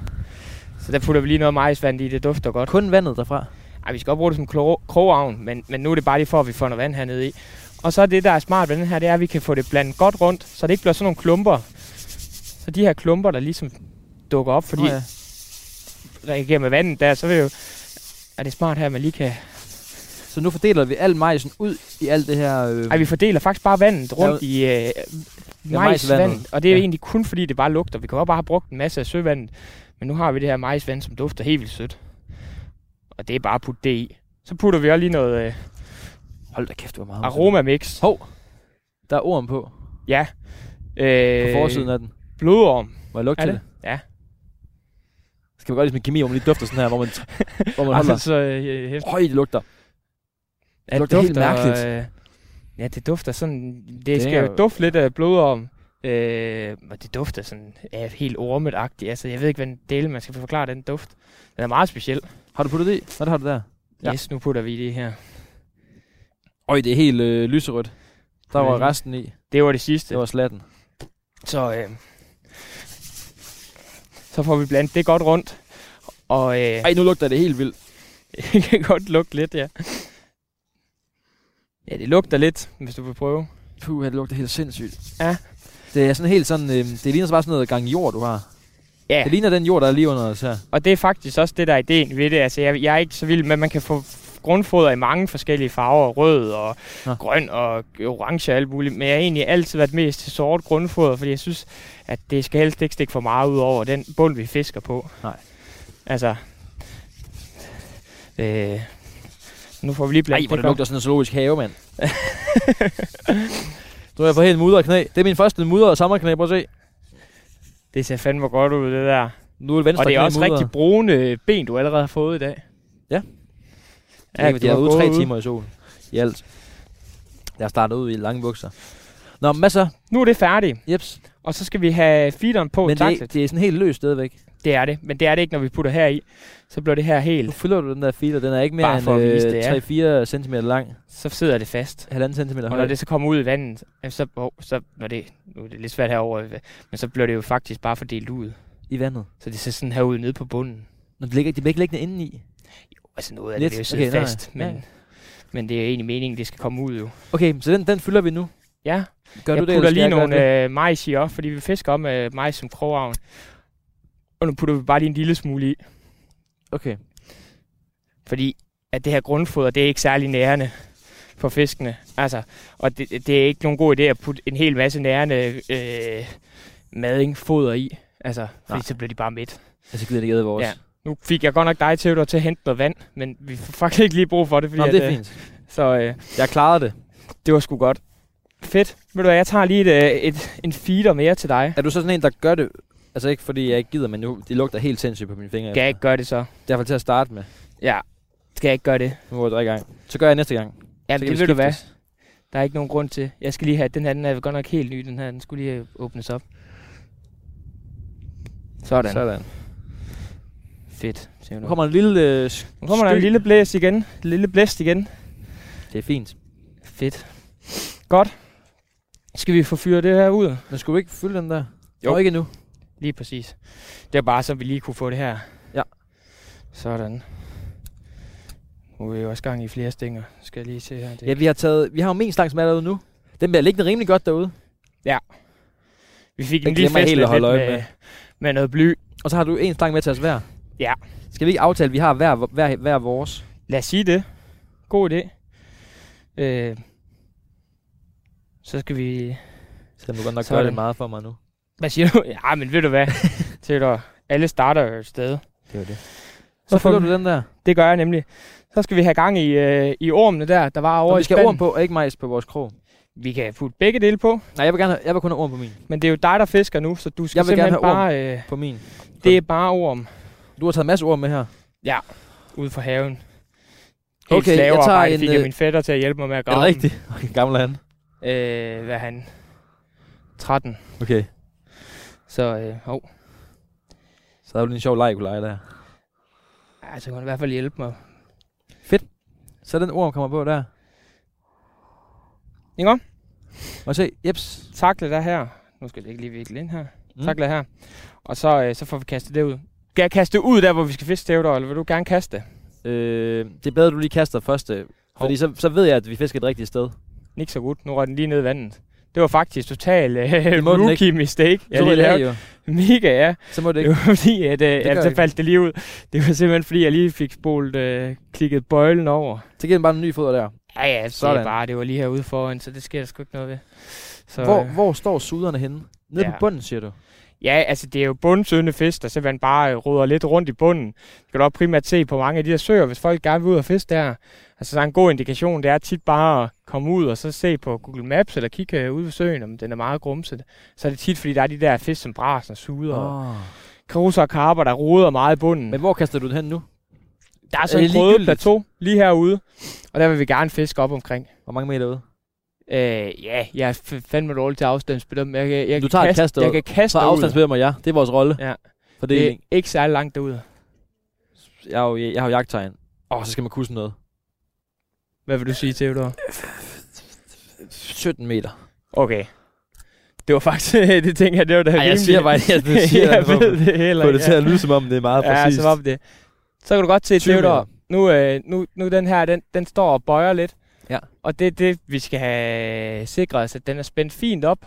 Så der putter vi lige noget majsvand i, det dufter godt.
Kun vandet derfra.
Ej, vi skal godt bruge det som klo- krogavn, men, men nu er det bare lige for, at vi får noget vand hernede i. Og så er det, der er smart ved den her, det er, at vi kan få det blandet godt rundt, så det ikke bliver sådan nogle klumper. Så de her klumper, der ligesom dukker op, fordi
Nå ja.
reagerer med vandet der, så vil jo... Er det smart her, at man lige kan...
Så nu fordeler vi al majsen ud i alt det her... Øh,
Ej, vi fordeler faktisk bare vandet rundt i øh, majsvand,
majsvandet.
og det er
Ja.
ja. egentlig kun fordi, det bare lugter. Vi kan jo bare have brugt en masse af søvandet, men nu har vi det her majsvand, som dufter helt vildt sødt. Og det er bare at putte det i. Så putter vi også lige noget øh,
Hold da kæft, det var meget.
aromamix.
Hov, der er orm på.
Ja.
På
Øh,
forsiden af den.
Blodorm.
Må jeg lugte
er
til det?
det? Ja.
Skal vi godt ligesom i kemi, hvor man lige dufter sådan her, hvor man, hvor man holder.
Altså, øh, hæft-
Høj, det lugter.
ja,
det lugter helt mærkeligt.
Øh, ja, det dufter sådan... Det,
Det
det skal
er-
jo dufte lidt af blodorm. Øh, og det dufter sådan ja, helt ormet-agtigt. Altså, jeg ved ikke, hvordan del man skal forklare den duft. Den er meget speciel.
Har du puttet det i? Nå, det har du der. Ja.
Ja. Yes, nu putter vi det her.
Øj, det er helt øh, lyserødt. Der var
Hvordan?
resten i.
Det var det sidste.
Det var slatten.
Så, øh, så får vi blandet det godt rundt. Og øh,
Ej, nu lugter det helt vildt.
det kan godt lugte lidt, ja. Ja, det lugter lidt, hvis du vil prøve.
Puh, det lugter helt sindssygt.
Ja.
Det er sådan helt sådan, øh, det ligner så bare sådan noget gang jord, du har.
Ja.
Det ligner den jord, der er lige under os her.
Og det er faktisk også det, der er ideen ved det. Altså, jeg, jeg er ikke så vild med, at man kan få grundfoder i mange forskellige farver. Rød og
Nå.
Nå. grøn og orange og alt muligt. Men jeg har egentlig altid været mest til sort grundfoder, fordi jeg synes, at det skal helst ikke stikke for meget ud over den bund, vi fisker på.
Nej.
Altså... Øh, nu får vi
Nej,
lige blandt
hvor det
godt.
lugter sådan en zoologisk have, mand. nu er jeg på helt mudret knæ. Det er min første mudrede sommerknæ, prøv at se.
Det ser fandme godt ud, det der.
Nu er venstre
Og det er
knæ
også
mudret.
rigtig brune ben, du allerede har fået i dag.
Ja.
Ja,
Ja, de
du
har
har
ude
gået
tre timer i solen. I alt. Jeg starter ud i lange bukser. Nå, men hvad så?
Nu er det færdigt,
Jeps.
og så skal vi have feederen på
men
taklet.
det, det, er sådan helt løst stadigvæk.
Det er det, men det er det ikke, når vi putter her i. Så bliver det her
Nu
helt,
fylder du den der filer. Den er ikke
Bare
mere
for at vise det, ja.
end øh, 3-4 cm lang.
så sidder det fast.
1,5 cm
Og
høj.
når det så kommer ud i vandet, jamen, så, oh, så når det, nu er det lidt svært herovre, øh, men så bliver det jo faktisk bare fordelt ud.
I vandet.
Så det ser sådan her ud nede på bunden.
Når det ligger, de bliver ikke liggende indeni.
Altså noget af
Lidt.
det vil jo sidde
Okay, nej, nej.
fast,
Ja,
men,
ja.
men det er egentlig meningen, det skal komme ud jo.
Okay, så den, den fylder vi nu.
Ja,
Gør
jeg
du det, eller
putter
skal
lige
jeg gøre det?
nogle øh, majs i op, fordi vi fisker om øh, majs som krogavn. Og nu putter vi bare lige en lille smule i, øh,
Okay.
fordi at det her grundfoder, det er ikke særlig nærende for fiskene. Altså, og det, det er ikke nogen god idé at putte en hel masse nærende øh, mading, foder i. Altså, fordi
Nej.
Nej. så bliver de bare midt.
Altså gider det ikke æde vores.
Ja. Nu fik jeg godt nok dig til, at til at hente noget vand, men vi får faktisk ikke lige brug for det. Fordi
Nå, men det er
at, øh,
fint.
Så øh,
Jeg klarede det.
det var sgu godt. Fedt. Ved du hvad, jeg tager lige et, øh, et, en feeder mere til dig.
Er du så sådan en, der gør det? Altså ikke fordi jeg ikke gider, men nu, det lugter helt sindssygt på mine fingre.
Skal jeg ikke gøre det så?
Det er i hvert fald til at starte med.
Ja, skal jeg ikke gøre det?
Nu går jeg i gang. Så gør jeg næste gang.
Ja,
så
det
kan vi
ved du hvad.
skiftes.
Der er ikke nogen grund til. Jeg skal lige have, den her, den er godt nok helt ny, den her. Den skulle lige øh, åbnes op. Sådan. Så.
Sådan.
Fedt. siger
Nu
du.
kommer en lille... Øh,
nu kommer der en
sky.
lille blæs igen. Lille blæst igen.
Det er fint.
Fedt. Godt. Skal vi få fyret det her ud?
Men skulle vi ikke fylde den der?
Jo.
Nå, ikke nu.
Lige præcis. Det er bare, så vi lige kunne få det her.
Ja.
Sådan. Nu er vi jo også gang i flere stænger. Skal jeg lige se her. Det.
Ja, vi har, taget, vi har jo min slags mad derude nu. Den bliver liggende rimelig godt derude.
Vi fik
Jeg
en lille
glemmer
fest
helt at
lidt
holde øje
med,
med.
med. med noget bly.
Og så har du en stang med til os hver.
Ja.
Skal vi ikke aftale, at vi har hver, hver, hver vores?
Lad os sige det. God idé. Øh, så skal vi...
Selvom du godt nok
Sådan.
gør det meget for mig nu.
Hvad siger du? Ja, men ved du hvad? Theodor, alle starter jo et sted.
Det var det. Så
Så får
fylder
vi-
du den der.
Det gør jeg nemlig. Så skal vi have gang i, øh, i ormene der, der var over
Og
i
vi skal
spanden.
orm på, og ikke majs på vores krog.
Vi kan putte begge dele på,
Nej, jeg vil, gerne have, jeg vil kun have orm på min.
men det er jo dig, der fisker nu, så du skal
Jeg vil gerne
simpelthen
have orm.
bare... Øh,
På min.
det er bare orm
Du har taget en masse orm med her.
ude for haven. Helt
Okay, jeg tager
slavearbejde
en,
fik jeg
øh,
min fætter til at hjælpe mig med at
Er
grave
det
dem.
rigtigt? Okay, gamle han.
Øh, hvad er han? 13.
Okay.
Så øh, hov.
Så er det en sjov leg, kunne lege der.
Ja, så kunne han i hvert fald hjælpe mig.
Så den orm kommer på der.
Inger?
Og se, jeps.
takle der her. Nu skal det ikke lige vikle ind her.
Mm.
Mm. Takle her. Og så, øh, så får vi kastet det ud. Skal jeg kaste det ud der, hvor vi skal fiske, Theodor, eller vil du gerne kaste det?
Øh, det er bedre, du lige kaster først. øh, Fordi så, så ved jeg, at vi fisker det rigtige sted.
Ikke så godt. Nu røg den lige ned i vandet. Det var faktisk total øh,
må den
rookie mistake.
Så
Jeg
var
lige
det her
lavede.
jo.
Mega, ja.
Så må det
Det
ikke.
var fordi, at, øh,
gør
at så
ikke.
faldt det lige ud. Det var simpelthen fordi, jeg lige fik spolet, øh, klikket bøjlen over.
Så giver den bare en ny foder der.
Ja, ja, Sådan. det
Sådan.
er bare, det var lige herude foran, så det sker der sgu ikke noget ved. Så,
Hvor,
øh,
hvor står suderne henne? Nede ja. på
Ja.
bunden, siger du?
Ja, altså det er jo bundsøgende fisk, der simpelthen bare øh, ruder lidt rundt i bunden. Det kan du også primært se på mange af de der søer, hvis folk gerne vil ud og fiske der. Altså så er en god indikation, det er tit bare at komme ud og så se på Google Maps eller kigge øh, ud ved søen, om den er meget grumset. Så er det tit, fordi der er de der fisk, som braser og suger, oh. og
Oh.
karuser og karper, der ruder meget i bunden.
Men hvor kaster du den hen nu?
der er
er
sådan
det
et røde
ligegyldigt?
plateau lige herude, og der vil vi gerne fiske op omkring.
Hvor mange meter ude?
Øh, ja, jeg er f- fandme dårlig til afstandsbedømme. Jeg, kan- jeg,
Du
kan
tager et kast
kaste,
derud.
Jeg kan kaste
Så
derud.
afstandsbeder mig jeg. Det er vores rolle.
Ja. Det er
Fordeling.
ikke særlig langt derude.
Jeg har jo, jeg har jo jagttegn. Åh, oh, så skal man kunne sådan noget.
Hvad vil du sige, Theodor?
17 meter.
Okay. Det var faktisk, det tænker jeg, det var da
Ej, jeg siger bare, at jeg siger,
jeg
at
ved det heller
Få det
ikke.
til at lyde som om, det er meget
Ja,
præcist.
så om det. Så kan du godt se, at
20
Theodor, nu, øh, nu, nu den her, den, den står og bøjer lidt.
Ja.
Og det er det, vi skal have sikret os, at den er spændt fint op.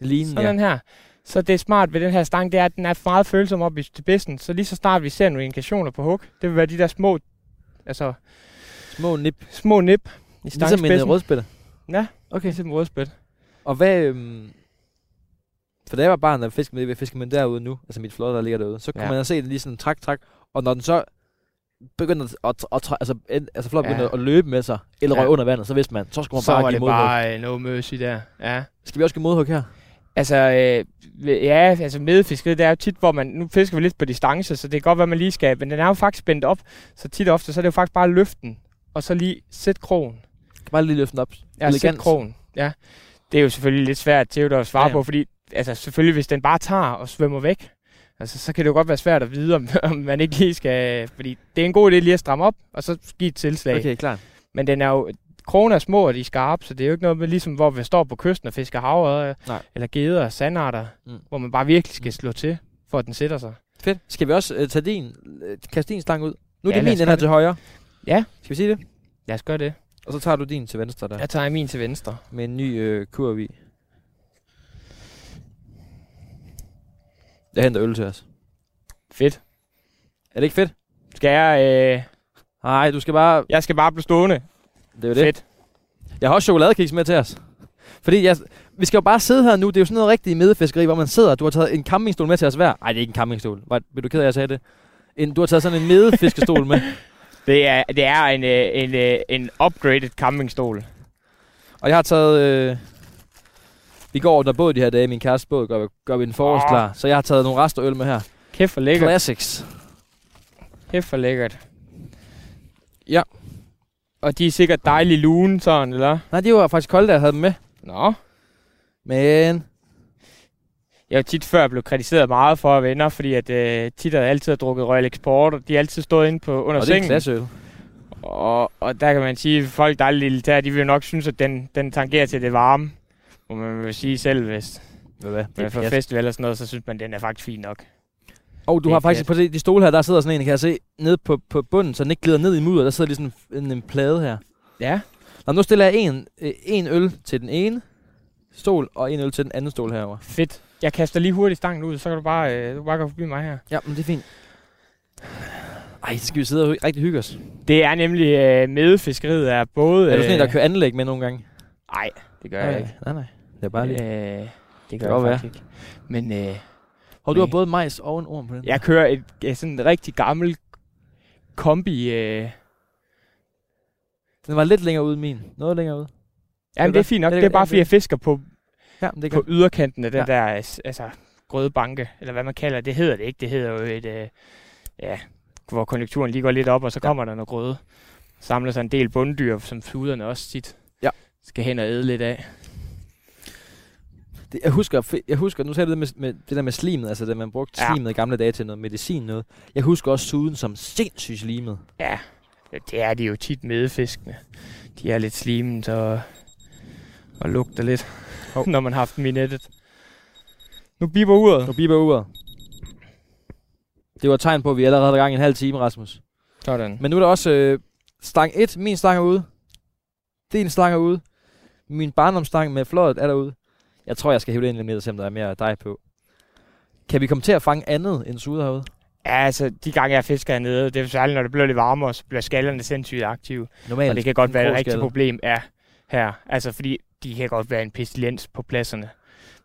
Linen,
Sådan
ja.
den her. Så det smart ved den her stang, det er, at den er meget følsom op i til spidsen. Så lige så snart vi ser nogle indikationer på hug, det vil være de der små, altså
Små nip.
små nip i
Ligesom
stangspidsen.
en øh, rødspætter.
Ja,
Okay.
okay. Ligesom en rødspæt.
Og hvad... Øhm, for da jeg var barn, der fiskede med, fiskede med derude nu, altså mit flot, der ligger derude, så kunne
Ja.
ja. man se den lige sådan trak, trak, og når den så begyndte at, at, at, at altså, en, altså flot
Ja.
begyndte at løbe med sig, eller
Ja.
ja. røg under vandet, så vidste man, så skulle man
Så
bare
var
give
det
modhug. Bare...
bare øh, no mercy der. Ja.
Skal vi også give modhug her?
Altså, øh, ja, altså medfiskeriet, det er jo tit, hvor man, nu fisker vi lidt på distance, så det kan godt være, man lige skal, men den er jo faktisk spændt op, så tit og ofte, så er det jo faktisk bare løften, og så lige sæt krogen.
Kan bare lige løfte den op.
Ja, sæt
Elegant.
krogen. Ja. Det er jo selvfølgelig lidt svært, Theodor, at svare ja,
Ja,
ja.
ja.
på, fordi altså, selvfølgelig, hvis den bare tager og svømmer væk, altså, så kan det jo godt være svært at vide, om, om man ikke lige skal, fordi det er en god idé lige at stramme op, og så give et tilslag.
Okay, klar.
Men den er jo, krogen er små, og de er skarpe, så det er jo ikke noget med, ligesom hvor vi står på kysten og fisker havre,
Nej.
eller geder og sandarter, mm.
Mm.
hvor man bare virkelig skal slå til, for at den sætter sig.
Fedt. Skal vi også øh, tage din, øh, kaste din stang ud? Nu er
Ja,
det min,
lad os
den
gøre
her
det.
til højre.
Ja.
Skal vi sige det?
Lad os gøre det.
Og så tager du din til venstre der,
Jeg tager min til venstre.
med en ny øh, kurv i. Jeg henter øl til os.
Fedt.
Er det ikke fedt?
Skal jeg, øh,
Nej, du skal bare...
jeg skal bare blive stående.
Det er jo det. Fedt.
Fedt.
Jeg har også chokoladekiks med til os. Fordi jeg, vi skal jo bare sidde her nu. Det er jo sådan noget rigtig medefiskeri, hvor man sidder. Du har taget en campingstol med til os hver. Nej, det er ikke en campingstol. Var, blev du ked af, at jeg sagde det? En, du har taget sådan en medefiskestol med.
Det er, det er en, øh, en, øh, en upgraded campingstol.
Og jeg har taget... Øh, vi går under båd de her dage. Min kæreste båd gør, gør vi en forårsklar. Så jeg har taget nogle rester øl med her.
Kæft for lækkert.
Classics.
Kæft for lækkert.
Ja.
Og de er sikkert dejlige lune, sådan, eller?
Nej, de var faktisk kolde, da jeg havde dem med.
Nå.
Men
Jeg har jo tit før blevet kritiseret meget for at være venner, fordi at øh, tit har jeg altid har drukket Royal Export, og de har altid stået inde på under
og det er en
sengen.
klasseøl.
Og, og der kan man sige, at folk, der er lidt elitære, de vil jo nok synes, at den, den tangerer til det varme. Må man vil sige selv, hvis
Hvad, hvad?
det er for
pjat.
festival eller sådan noget, så synes man, at den er faktisk fin nok.
Og du
Det er
har faktisk på de, de stole her, der sidder sådan en, kan jeg se, nede på, på bunden, så den ikke glider ned i mudder. Der sidder lige sådan en, en plade her.
Ja.
Nå, nu stiller jeg en, øh, en øl til den ene stol, og en øl til den anden stol herover.
Fedt. Jeg kaster lige hurtigt stangen ud, så kan du bare, øh, du kan bare gå forbi mig her.
Ja, men det er fint. Ej, så skal vi sidde og hy- rigtig hygge os. Øh,
Det er nemlig øh, medfiskeriet er både...
er du sådan en,
øh,
der kører anlæg med nogle gange?
Nej, det gør jeg ikke.
Nej, nej. Det er bare lige...
Øh, det
kan
gør jeg
godt være.
faktisk ikke. Men øh,
Og du har
nej.
både majs og en orm på den.
jeg kører et, øh, sådan en rigtig gammel kombi... Øh.
Den var lidt længere ude end min. Noget længere ude.
Jamen, det er fint nok.
Ja,
Det
det-
er bare,
ja,
fordi
det-
jeg fisker på
Ja, men det
på
kan.
yderkanten af den
Ja.
der øh, s- altså, grøde banke, eller hvad man kalder det. Det hedder det ikke. Det hedder jo et, øh, ja, hvor konjunkturen lige går lidt op, og så kommer der noget grøde. Samler sig en del bunddyr, som fuderne også tit
Ja.
skal hen og æde lidt af.
Det, jeg, husker, fe- jeg husker, nu sagde du det med, med, det der med slimet, altså det, man brugte
Ja.
ja. slimet i gamle dage til noget medicin noget. Jeg husker også suden som sindssygt slimet.
Ja, det er de jo tit medfiskende. De er lidt slimet og, og lugter lidt, oh. når man har haft dem i nettet. Nu biber uret.
Nu biber uret. Det var et tegn på, at vi allerede var i gang i en halv time, Rasmus.
Sådan.
Men nu er der også øh, stang 1. Min stang er ude. Din stang er ude. Min barndomsstang med fløjet er derude. Jeg tror, jeg skal hive det ind lidt mere, selvom der er mere dig på. Kan vi komme til at fange andet end suder herude?
Ja, altså, de gange jeg fisker hernede, det er særligt, når det bliver lidt varmere, så bliver skallerne sindssygt aktive.
Normalt.
Og det kan godt være et
Grå
rigtigt
skalle.
problem er her. Altså, fordi de kan godt være en pestilens på pladserne.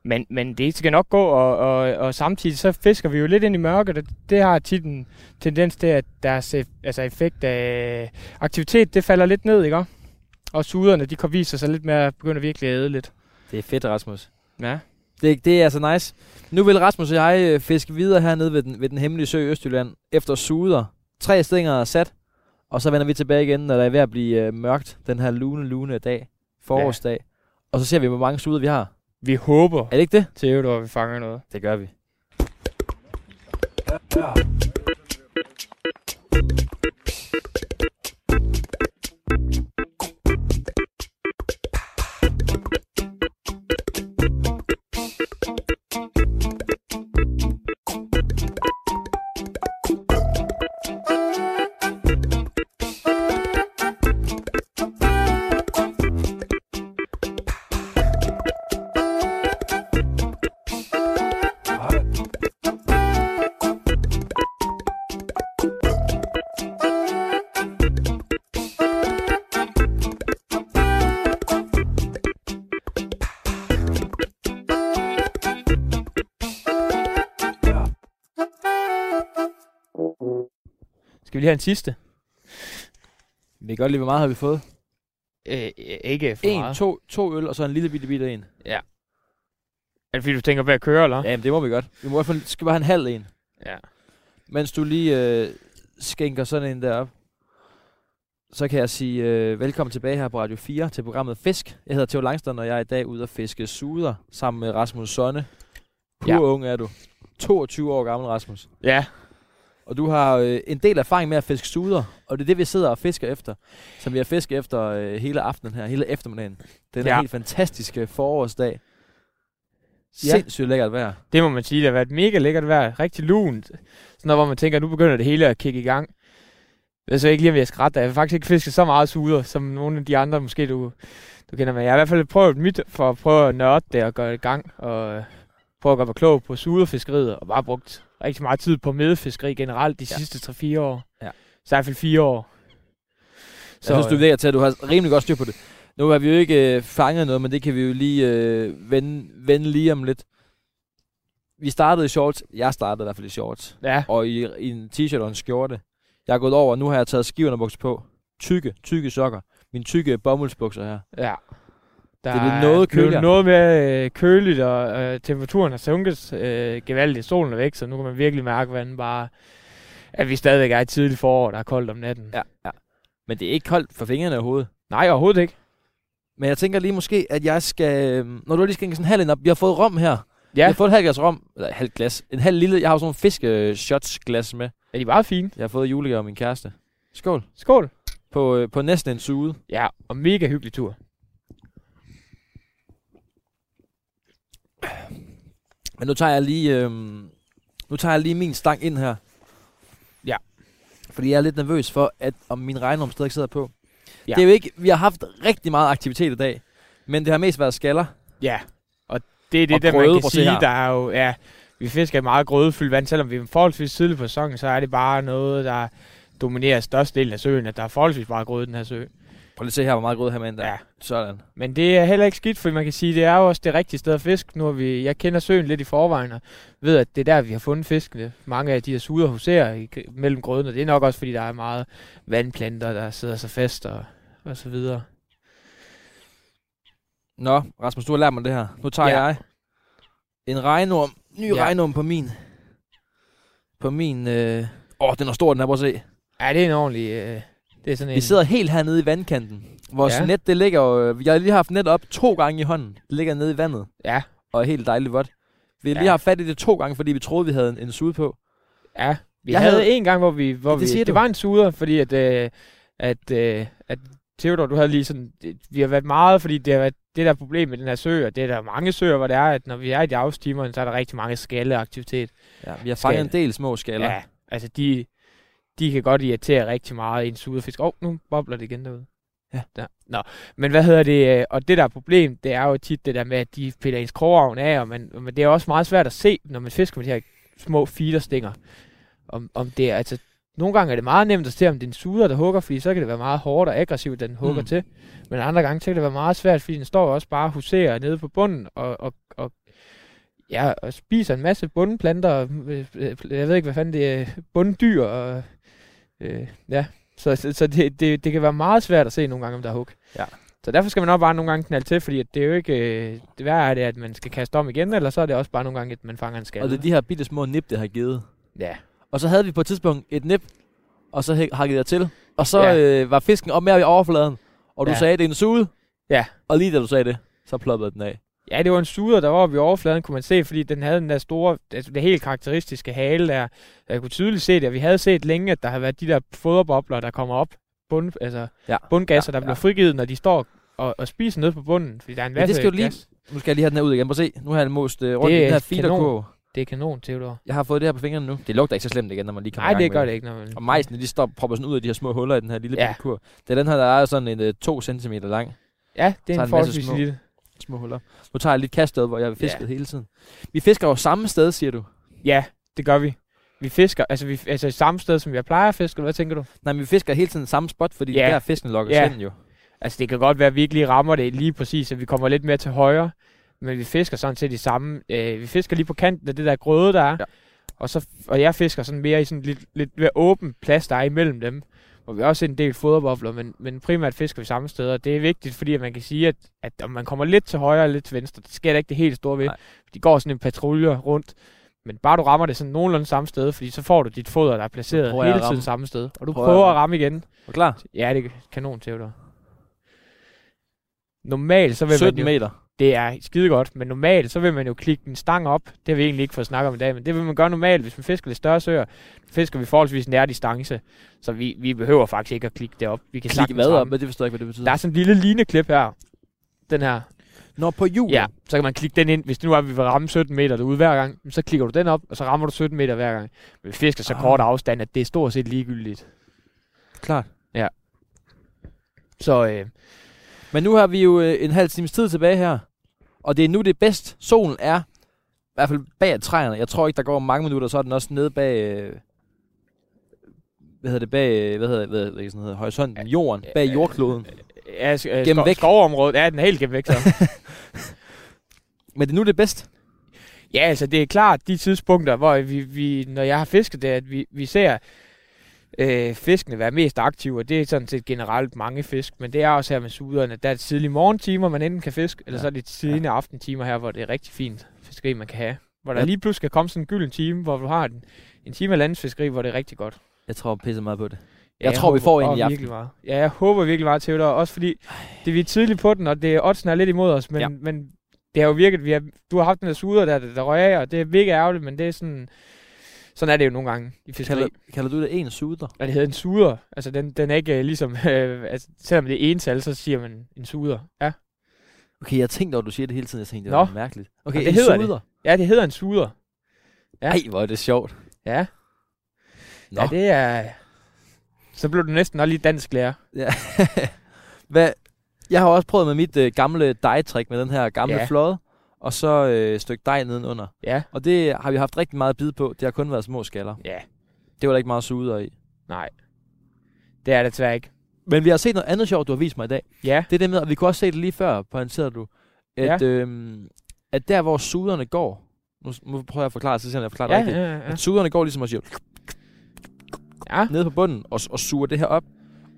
Men, men det skal nok gå, og, og, og samtidig så fisker vi jo lidt ind i mørket, og det har tit en tendens til, at deres eff- altså effekt af aktivitet, det falder lidt ned, ikke? også? Og suderne, de kan vise sig lidt mere, at begynde virkelig at æde lidt.
Det er fedt, Rasmus.
Ja.
Det, det er altså nice. Nu vil Rasmus og jeg øh, fiske videre hernede ved den, ved den hemmelige sø i Østjylland efter suder. Tre stænger er sat, og så vender vi tilbage igen, når der er ved at blive øh, mørkt den her lune, lune dag, forårsdag. Ja. Og så ser vi, hvor mange suder vi har.
Vi håber,
Er det ikke det?
Theodor, at vi fanger noget.
Det gør vi.
lige have en sidste?
Vi kan godt lide, hvor meget har vi fået?
Øh, ikke for
En,
meget.
to, to øl, og så en lille bitte bitte en.
Er det fordi, du tænker på at køre, eller?
Ja, men det må vi godt. Vi må i hvert fald, skal bare have en halv en.
Ja.
Mens du lige øh, skænker sådan en derop, så kan jeg sige øh, velkommen tilbage her på Radio 4 til programmet Fisk. Jeg hedder Theo Langstrand, og jeg er i dag ude at fiske suder sammen med Rasmus Sonne. Pur
Ja.
ja. ung er du. 22 år gammel, Rasmus.
Ja.
Og du har øh, en del erfaring med at fiske suder, og det er det, vi sidder og fisker efter. Som vi har fisket efter øh, hele aftenen her, hele eftermiddagen. Den ja.
Ja.
her helt fantastiske forårsdag.
Ja.
Ja. Sindssygt lækkert vejr.
Det må man sige, det har været mega lækkert vejr. Rigtig lunt. Sådan noget, hvor man tænker, nu begynder det hele at kigge i gang. Jeg ved så ikke lige, om jeg skal rette dig. Jeg har faktisk ikke fisket så meget suder, som nogle af de andre, måske du, du kender med. Jeg har i hvert fald prøvet mit for at prøve at nørde det og gøre det i gang. Og øh, prøve at gøre mig klog på suderfiskeriet. Og bare brugt rigtig meget tid på medefiskeri generelt de ja.
Ja.
sidste 3-4 år.
Ja.
Så i hvert fald 4 år.
Så, jeg synes, du virker til, at du har rimelig godt styr på det. Nu har vi jo ikke øh, fanget noget, men det kan vi jo lige øh, vende, vende lige om lidt. Vi startede i shorts. Jeg startede i hvert fald i shorts.
Ja,
Og i, i en t-shirt og en skjorte. Jeg er gået over, og nu har jeg taget skivunderbukser på. Tykke, tykke sokker. Mine tykke bomuldsbukser her.
ja. Der
Det er blevet noget
blevet
køligere.
noget mere øh, køligt, og øh, temperaturen har sunket øh, gevaldigt. Solen er væk, så nu kan man virkelig mærke, hvordan bare, at vi stadigvæk er i tidligt forår, der er koldt om natten.
Ja, ja. Men det er ikke koldt for fingrene overhovedet.
Nej, overhovedet ikke.
Men jeg tænker lige måske, at jeg skal... øh, Når du lige skal sådan en halv ind op. Vi har fået rom her. Ja. Vi
Ja,
har fået et halvt glas rom. Eller et halvt glas. En halv lille... Jeg har jo sådan nogle fiskeshotsglas med.
er de bare fine.
Jeg har fået i julegave af min kæreste. Skål.
Skål.
På, øh, på næsten en suge.
Ja, og mega hyggelig tur.
Men nu tager jeg lige, øhm, nu tager jeg lige min stang ind her.
Ja.
Fordi jeg er lidt nervøs for, at om min regnorm stadig sidder på.
Ja.
Ja. Det er jo ikke, vi har haft rigtig meget aktivitet i dag. Men det har mest været skaller.
Ja, og det er det,
Og
der man kan
grødebrød
sige,
her.
der er jo, ja, vi fisker i meget grødefyldt vand, selvom vi er forholdsvis tidligt på sæsonen, så er det bare noget, der dominerer størstedelen af søen, at der er forholdsvis meget grøde i den her sø.
Prøv lige at se her, hvor meget grød her mand der.
Ja.
Sådan.
Men det er heller ikke skidt, for man kan sige, det er jo også det rigtige sted at fiske. Nu er vi, jeg kender søen lidt i forvejen, og ved, at det er der, vi har fundet fiskene. Mange af de her suder huserer i, gr- mellem grødene, og det er nok også, fordi der er meget vandplanter, der sidder sig fast og, og så videre.
Nå, Rasmus, du har lært mig det her. Nu tager
Ja.
ja. jeg en regnorm. Ny
Ja.
ja. regnorm på min. På min... Åh, øh... oh, den er stor, den her. Prøv at se.
Ja, det er en ordentlig... Øh, det er sådan en,
Vi sidder helt hernede i vandkanten. Vores
Ja.
ja. net, det ligger jo... Jeg har lige haft net op to gange i hånden. Det ligger nede i vandet.
Ja,
og er helt dejligt vådt. Vi har
Ja.
lige haft fat i det to gange, fordi vi troede, vi havde en, en sude på.
ja. Vi jeg
Jeg
havde,
havde-
en gang, hvor vi... Hvor
Det
vi,
siger
det
du.
var en suder, fordi at, øh, at, øh, at Theodor, du havde lige sådan... det- Vi har været meget, fordi det har været det der er problem med den her sø, og det er der mange søer, hvor det er, at når vi er i de afstimerne, så er der rigtig mange skalleaktivitet.
Ja, vi har fanget
Skal-
en del små skaller. Ja.
Ja, altså de, de kan godt irritere rigtig meget en suderfisk. Åh, oh, nu bobler det igen derude.
Ja.
Der. Nå, men hvad hedder det? øh, Og det der er problem, det er jo tit det der med, at de piller ens krogavn af, og man, men det er også meget svært at se, når man fisker med de her små feederstænger, om, om det er, altså nogle gange er det meget nemt at se, om det er en suder, der hugger, fordi så kan det være meget hårdt og aggressivt, den hugger mm.
Mm.
til. Men andre gange, så kan det være meget svært, fordi den står også bare og huserer nede på bunden, og, og, og Ja, og spiser en masse bundplanter, og, øh, øh, jeg ved ikke, hvad fanden det er, bunddyr, og, øh, ja. Så, så, så det, det, det kan være meget svært at se nogle gange, om der er hug.
Ja.
Så derfor skal man også bare nogle gange knalde til, fordi at det er jo ikke, øh, det værre er det, at man skal kaste om igen, eller så er det også bare nogle gange, at man fanger en skalle.
Og det er de her bitte små nip, det har givet.
Ja.
Og så havde vi på et tidspunkt et nip, og så hæk- hakkede jeg til. Og så
Ja.
ja. øh, var fisken op mere i overfladen, og du
Ja.
ja. sagde, det er en sude.
Ja.
Og lige da du sagde det, så ploppede den af.
Ja, det var en suder, der var oppe i overfladen, kunne man se, fordi den havde den der store, altså det helt karakteristiske hale der. Jeg kunne tydeligt se det, og vi havde set længe, at der havde været de der foderbobler, der kommer op, bund, altså ja.
Ja,
bundgasser,
ja,
der bliver
ja.
frigivet, når de står og, og spiser ned på bunden, fordi der er en
Men
masse
det skal du lige...
gas.
Nu skal jeg lige have den her ud igen. Prøv at se. Nu har jeg most øh, rundt
Det
i
er
den her
kanon.
filerkurve.
Det er kanon, Theodor.
Jeg har fået det her på fingrene nu. Det lugter ikke så slemt igen, når man lige kommer
Nej,
i gang
det
med
gør det ikke. Når man...
Og majsene, de står, propper sådan ud af de her små huller i den her lille
Ja.
ja. kurv. Det er den her, der er sådan en øh, 2 cm lang. Så
Ja, det er
er
en
der en masse
forholdsvis
små.
lille.
små huller. Nu tager jeg lidt kastet, hvor jeg har fisket hele tiden. Vi fisker jo samme sted, siger du.
Ja, det gør vi. Vi fisker, altså, vi, altså samme sted, som jeg plejer at fiske, eller hvad tænker du?
Nej, men vi fisker hele tiden samme spot, fordi
Ja.
yeah. der fisken lokker
Ja.
yeah. ind jo.
Altså, det kan godt være, at vi ikke lige rammer det lige præcis, at vi kommer lidt mere til højre, men vi fisker sådan set i samme. Øh, vi fisker lige på kanten af det der grøde, der er.
Ja.
Og, så, og jeg fisker sådan mere i sådan lidt, lidt mere åben plads, der er imellem dem. Hvor vi også er en del foderbobler, men, men primært fisker vi samme steder. Det er vigtigt, fordi at man kan sige, at, at om man kommer lidt til højre og lidt til venstre, det sker der ikke det helt store ved.
Nej.
De går sådan en patrulje rundt. Men bare du rammer det sådan nogenlunde samme sted, fordi så får du dit foder, der er placeret
prøver jeg
hele
at ramme.
tiden samme sted. Og du
Prøver
prøver,
jeg at
at ramme igen.
Er du klar?
Ja, det er kanon, Theodor. Normalt så vil man
17
jo
meter.
det er skide godt, men normalt, så vil man jo klikke en stang op. Det har vi egentlig ikke fået snakket om i dag, men det vil man gøre normalt, hvis man fisker lidt større søer. Fisker vi forholdsvis nær distance, så vi, vi behøver faktisk ikke at klikke det op. Vi kan
Klik
sagtens
hvad op,
ramme.
men det forstår jeg ikke, hvad det betyder.
Der er sådan en lille lineklip her. Den her.
Nå, på jul.
Ja, så kan man klikke den ind. Hvis nu er vi vil ramme 17 meter derude hver gang, så klikker du den op, og så rammer du 17 meter hver gang. Men vi fisker så
Ah.
kort afstand, at det er stort set ligegyldigt.
Klart.
Så øh,
Men nu har vi jo øh, en halv times tid tilbage her. Og det er nu det er bedst. Solen er i hvert fald bag træerne. Jeg tror ikke, der går mange minutter, så er den også nede bag... Øh, hvad hedder det? Bag, øh, hvad hedder, hvad hedder det, sådan hedder, horisonten? Jorden. Bag
øh,
jordkloden.
ja, sk- øh,
Gem
sko-
væk.
skovområdet er den er helt gennem væk, så.
Men det er nu det er bedst.
Ja, altså det er klart de tidspunkter, hvor vi, vi når jeg har fisket det, at vi, vi ser øh, fiskene være mest aktive, og det er sådan set generelt mange fisk, men det er også her med suderne, der er tidlige morgentimer, man enten kan fiske, eller
Ja,
så er det tidlige ja. aftentimer her, hvor det er rigtig fint fiskeri, man kan have. Hvor der
Ja.
lige pludselig kan komme sådan en gylden time, hvor du har en, en time af landfiskeri, hvor det er rigtig godt.
Jeg tror pisse meget på det.
Ja,
Jeg tror, vi får en
håber
i aften.
virkelig Meget. Ja, jeg håber virkelig meget, Theodor. Også fordi, det, vi er tidligt på den, og det, oddsen er lidt imod os. Men,
Ja.
ja. men det har jo virket. Vi har, du har haft den der suder, der, der røg af, og det er mega ærgerligt, men det er sådan... Sådan er det jo nogle gange i fiskeri.
Kalder, kalder du det en suder?
Og det hedder en suder. Altså, den, den er ikke øh, ligesom... Øh, altså, selvom det er ental, så siger man en suder. Ja,
Okay, jeg tænkte over, du siger det hele tiden. Jeg tænkte, det
Nå.
var mærkeligt. Okay,
det
en
hedder det.
suder.
ja det hedder en suder. Ja.
Ej, hvor er det sjovt.
Ja.
Nå.
Ja, det er... Så blev du næsten også lige dansk lærer.
Hvad? Jeg har også prøvet med mit øh, gamle dejtrik med den her gamle ja.
Ja.
flåde, og så øh, et stykke dej nedenunder.
Ja.
Og det har vi haft rigtig meget bid på. Det har kun været små skaller.
Ja.
Det var der ikke meget suder i.
Nej. Det er det desværre ikke.
Men vi har set noget andet sjovt, du har vist mig i dag.
Ja.
Det er det med, og vi kunne også se det lige før, pointerede du, at, ja. øhm, at der, hvor suderne går, nu, nu prøver jeg at forklare, så ser jeg, om jeg forklarer det
Ja,
rigtigt.
ja, ja, ja.
At suderne går ligesom og siger,
ja.
nede på bunden og, og suger det her op.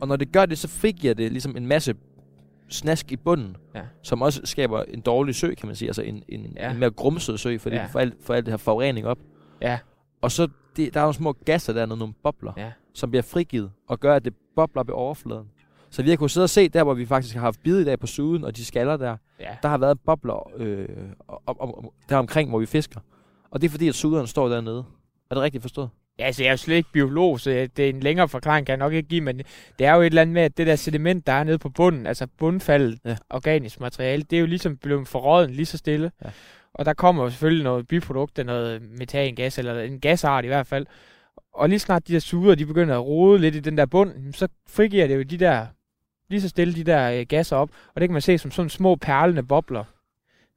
Og når det gør det, så frigiver det ligesom en masse snask i bunden, ja.
Ja.
som også skaber en dårlig sø, kan man sige. Altså en, en, ja.
Ja.
en mere grumset sø, fordi ja.
Ja.
for, alt, for alt det her forurening op.
Ja.
Og så det, der er nogle små gasser dernede, nogle bobler, ja.
Ja.
som bliver frigivet og gør, at det bobler op i overfladen. Så vi har kunnet sidde og se der, hvor vi faktisk har haft bid i dag på suden, og de skaller der,
ja.
der har været bobler øh, op, op, op, der omkring, hvor vi fisker. Og det er fordi, at suderen står dernede. Er det rigtigt forstået?
Ja, altså, jeg er jo slet ikke biolog, så jeg- det er en længere forklaring, kan jeg nok ikke give, men det er jo et eller andet med, at det der sediment, der er nede på bunden, altså bundfaldet,
Ja.
ja. organisk materiale, det er jo ligesom blevet forråden lige så stille.
Ja.
Ja. Og der kommer jo selvfølgelig noget biprodukt, af noget metangas, eller en gasart i hvert fald. Og lige snart de der suger, de begynder at rode lidt i den der bund, jamen, så frigiver det jo de der, lige så stille de der øh, gasser op, og det kan man se som sådan små perlende bobler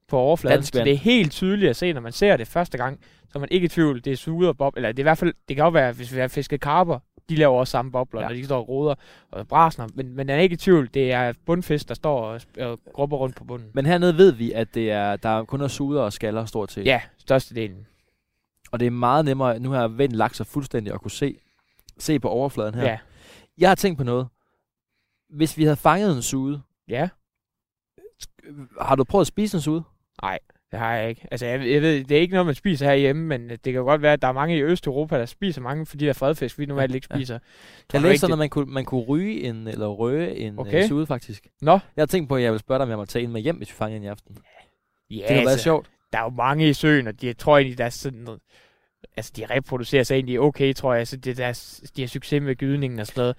på overfladen.
Dansk
Så
vand.
det er helt tydeligt at se, når man ser det første gang, så er man ikke i tvivl, det er suger bob, eller det er i hvert fald, det kan jo være, hvis vi har fisket karper, de laver også samme bobler,
Ja.
ja. når de står og roder og brasner, men, men jeg er ikke i tvivl, det er bundfisk, der står og, sp- og grupper rundt på bunden.
Men hernede ved vi, at det er, der er kun er suder og skaller stort set.
Ja, størstedelen.
Og det er meget nemmere, nu har jeg vendt lakser fuldstændig og kunne se, se på overfladen her.
Ja. ja.
Jeg har tænkt på noget. Hvis vi havde fanget en sude,
Ja,
har du prøvet at spise en sude?
det har jeg ikke. Altså, jeg, jeg ved, det er ikke noget, man spiser herhjemme, men øh, det kan jo godt være, at der er mange i Østeuropa, der spiser mange, fordi der er fredfisk, vi normalt ikke
Ja.
spiser.
Jeg
du
læste
ikke,
sådan,
det-
at man kunne, man kunne ryge en, eller røge en okay.
Okay.
øh, sude, faktisk.
Nå.
Jeg har tænkt på, at jeg ville spørge dig, om jeg måtte tage en med hjem, hvis vi fangede en i aften. Det
Ja, altså,
havde været sjovt.
der er jo mange i søen, og de jeg tror egentlig, der er sådan noget, altså de reproducerer sig egentlig okay, tror jeg, så det er deres, de har succes med gydningen og sådan noget.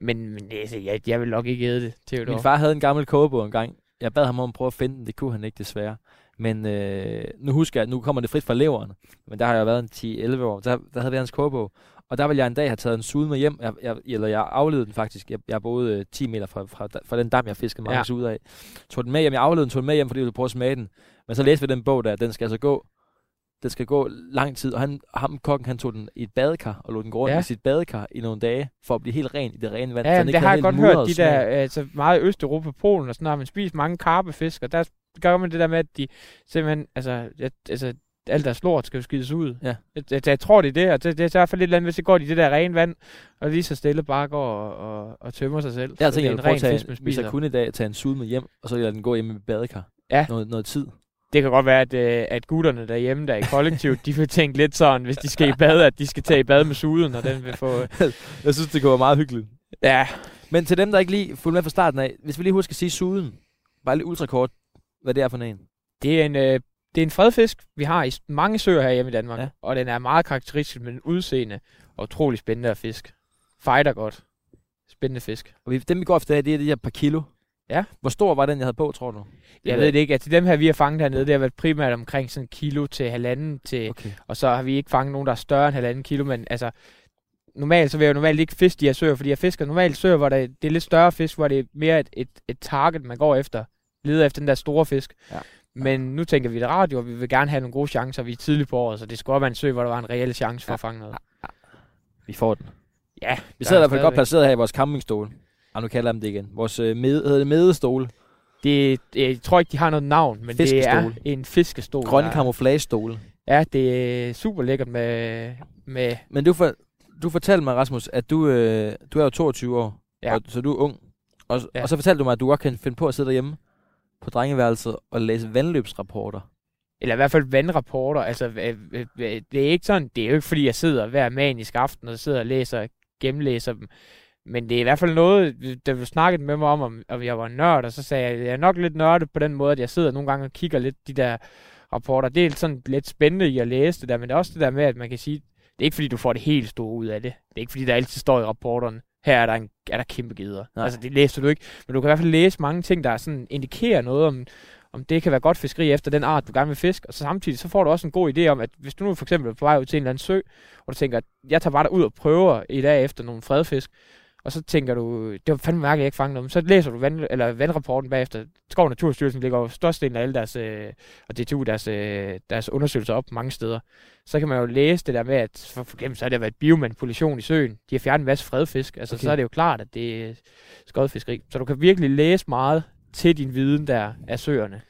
Men, men altså, jeg, jeg vil nok ikke æde det, Theodor.
Min far havde en gammel kogebog engang. Jeg bad ham om at prøve at finde den. Det kunne han ikke, desværre. Men øh, nu husker jeg, at nu kommer det frit fra leveren. Men der har jeg været en 10-11 år. Der, der havde vi hans kogebog. Og der ville jeg en dag have taget en sude med hjem. Jeg, jeg, eller jeg afledte den faktisk. Jeg, jeg boede øh, 10 meter fra, fra, fra den dam, jeg fiskede mange ja.
Ja.
suder af. Tog den med hjem. Jeg afledte den, tog den med hjem, fordi jeg ville prøve at smage den. Men så læste vi den bog der. Den skal altså gå den skal gå lang tid, og han, ham kokken, han tog den i et badekar, og lå den gå rundt ja.
Ja.
i sit badekar i nogle dage, for at blive helt ren i det rene vand.
Ja,
så
jamen,
den ikke
det har
havde
jeg
helt
godt hørt,
mudret
de
smag.
der, altså meget i Østeuropa, Polen og sådan noget, man spiser mange karpefisk, og der gør man det der med, at de simpelthen, altså, at, altså alt deres lort skal jo skides ud.
Ja.
Jeg, jeg, jeg tror, det er det, og det, det er i hvert fald et eller andet, hvis det går i det der rene vand, og lige så stille bare går og, og, og tømmer sig selv.
Jeg har
Så
tænkt, altså
det er
jeg
en
vil prøve at
ren
tage,
fisk, man
hvis jeg
spiser.
kunne i dag, tage en sud med hjem, og så lade den gå hjemme med badekar.
Ja.
Noget, noget tid.
Det kan godt være, at, øh, at gutterne derhjemme, der er i kollektivet, de vil tænke lidt sådan, hvis de skal i bad, at de skal tage i bad med suden, og den vil få... Øh,
Jeg synes, det kunne være meget hyggeligt.
ja,
Men til dem, der ikke lige fulgte med fra starten af, hvis vi lige husker at sige suden, bare lige ultrakort, hvad det er for en.
det er en... Øh, det er en fredfisk, vi har i s- mange søer her hjemme i Danmark,
Ja.
ja. og den er meget karakteristisk med den udseende og utrolig spændende at fisk. Fighter godt. Spændende fisk.
Og vi, dem, vi går efter i dag, det er de her par kilo.
Ja.
Hvor stor var den, jeg havde på, tror du?
Jeg ved det ikke. Altså dem her, vi har fanget hernede, det har været primært omkring sådan en kilo til halvanden til...
Okay.
Og så har vi ikke fanget nogen, der er større end halvanden kilo, men altså... Normalt så vil jeg jo normalt ikke fiske de her søer, fordi jeg fisker normalt søer, hvor der, det er lidt større fisk, hvor det er mere et, et, et target, man går efter. Leder efter den der store fisk.
Ja.
Men nu tænker vi det radio, og vi vil gerne have nogle gode chancer. Vi er tidligt på året, så det skulle også være en sø, hvor der var en reel chance for
Ja.
at fange noget.
Vi får den.
Ja,
Vi sidder i
der er
hvert fald godt
stadigvæk-
placeret her i vores campingstol. Ah, nu kalder jeg dem det igen. Vores øh, med, hedder det medestol.
Oh, Det, det, jeg tror ikke, de har noget navn, men det er
Fiskestol.
en fiskestol.
Grønne
der-
kamuflagestol.
Ja, det er super lækkert med, med
Men du, for, du fortalte mig, Rasmus, at du, øh, du er jo 22 år,
Ja.
og, så du er ung. Og, ja.
Ja.
og så fortalte du mig, at du godt kan finde på at sidde derhjemme på drengeværelset og læse vandløbsrapporter.
Eller i hvert fald vandrapporter. Altså, øh, øh, øh, det er ikke sådan, det er jo ikke fordi, jeg sidder hver manisk aften og sidder og læser, gennemlæser dem. Men det er i hvert fald noget, der blev snakket med mig om, om, om jeg var en nørd, og så sagde jeg, at jeg er nok lidt nørdet på den måde, at jeg sidder nogle gange og kigger lidt de der rapporter. Det er sådan lidt spændende i at læse det der, men det er også det der med, at man kan sige, det er ikke fordi, du får det helt store ud af det. Det er ikke fordi, der altid står i rapporterne, her er der, en, er der kæmpe gider.
Nej.
Altså, det læser du ikke. Men du kan i hvert fald læse mange ting, der sådan indikerer noget om, om det kan være godt fiskeri efter den art, du gerne vil fiske. Og så samtidig så får du også en god idé om, at hvis du nu for eksempel er på vej ud til en eller anden sø, og du tænker, at jeg tager bare derud og prøver i dag efter nogle fredfisk, og så tænker du, det var fandme mærkeligt, at jeg ikke fangede dem. Så læser du vand, eller vandrapporten bagefter. Skov og Naturstyrelsen ligger jo størstedelen af alle deres, øh, og DTU deres, øh, deres undersøgelser op mange steder. Så kan man jo læse det der med, at for, for eksempel så har der været biomanipulation i søen. De har fjernet en masse fredfisk. Altså,
Okay.
okay. så er det jo klart, at det er skodfiskeri. Så du kan virkelig læse meget til din viden der af søerne.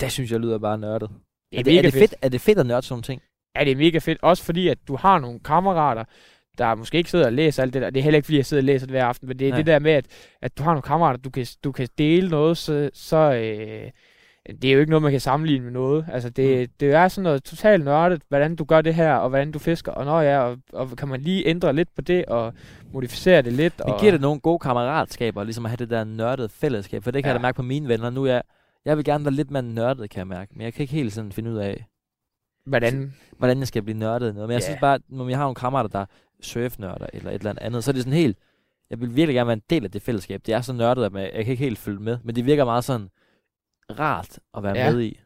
Det synes jeg lyder bare nørdet.
Det
er, det, er, det fedt, er det fedt at nørde sådan nogle ting?
Ja, det er mega fedt. Også fordi, at du har nogle kammerater, der måske ikke sidder og læser alt det der. Det er heller ikke, fordi jeg sidder og læser det hver aften, men det er
Nej.
Nej. det der med, at, at du har nogle kammerater, du kan, du kan dele noget, så, så øh, det er jo ikke noget, man kan sammenligne med noget. Altså, det, mm. det er sådan noget totalt nørdet, hvordan du gør det her, og hvordan du fisker, og når jeg og, og kan man lige ændre lidt på det, og modificere det lidt.
Men
og,
giver det nogle gode kammeratskaber, ligesom at have det der nørdede fællesskab? For det kan ja.
Ja.
jeg da mærke på mine venner. Nu er jeg, jeg vil gerne være lidt mere nørdet, kan jeg mærke. Men jeg kan ikke helt sådan finde ud af,
Hvordan?
hvordan jeg skal blive nørdet. i Noget. Men jeg
Ja.
synes bare, når jeg har nogle kammerater, der er surfnørder eller et eller andet andet, så er det sådan helt... Jeg vil virkelig gerne være en del af det fællesskab. Det er så nørdet, at man- jeg kan ikke helt følge med. Men det virker meget sådan rart at være
Ja.
med i.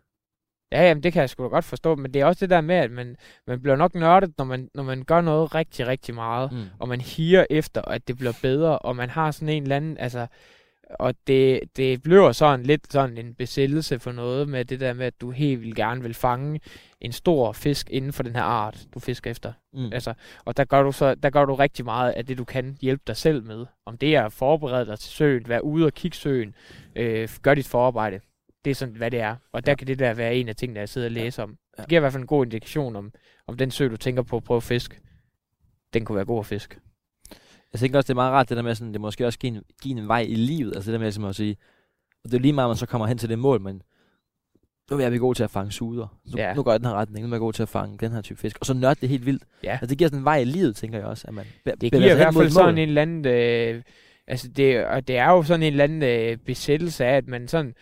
Ja, jamen, det kan jeg sgu da godt forstå, men det er også det der med, at man, man bliver nok nørdet, når man, når man gør noget rigtig, rigtig meget.
Mm.
og man higer efter, at det bliver bedre, og man har sådan en eller anden, altså, og det, det bliver sådan lidt sådan en besættelse for noget med det der med, at du helt vildt gerne vil fange en stor fisk inden for den her art, du fisker efter.
Mm.
Altså, og der gør, du så, der gør du rigtig meget af det, du kan hjælpe dig selv med. Om det er at forberede dig til søen, være ude og kigge søen, øh, gør dit forarbejde. Det er sådan, hvad det er. Og der
Ja.
ja. kan det der være en af tingene, jeg sidder og læser om.
Ja.
Det giver i hvert fald en god indikation om, om den sø, du tænker på at prøve at fiske, den kunne være god at fiske.
Jeg tænker også, det er meget rart, det der med, sådan, det måske også give en, give en vej i livet. Altså det der med ligesom at sige, og det er lige meget, man så kommer hen til det mål, men nu er jeg blive god til at fange suder. Nu,
Ja.
nu går jeg i den her retning, nu er jeg god til at fange den her type fisk. Og så nørde det helt vildt.
Ja.
Altså det giver sådan en vej i livet, tænker jeg også, at man be-
Det
bevæger
giver i
sig altså hen
hvert
mod
fald
et
sådan
mål.
en eller anden... Øh, altså, det, og det er jo sådan en eller anden øh, besættelse af, at man sådan...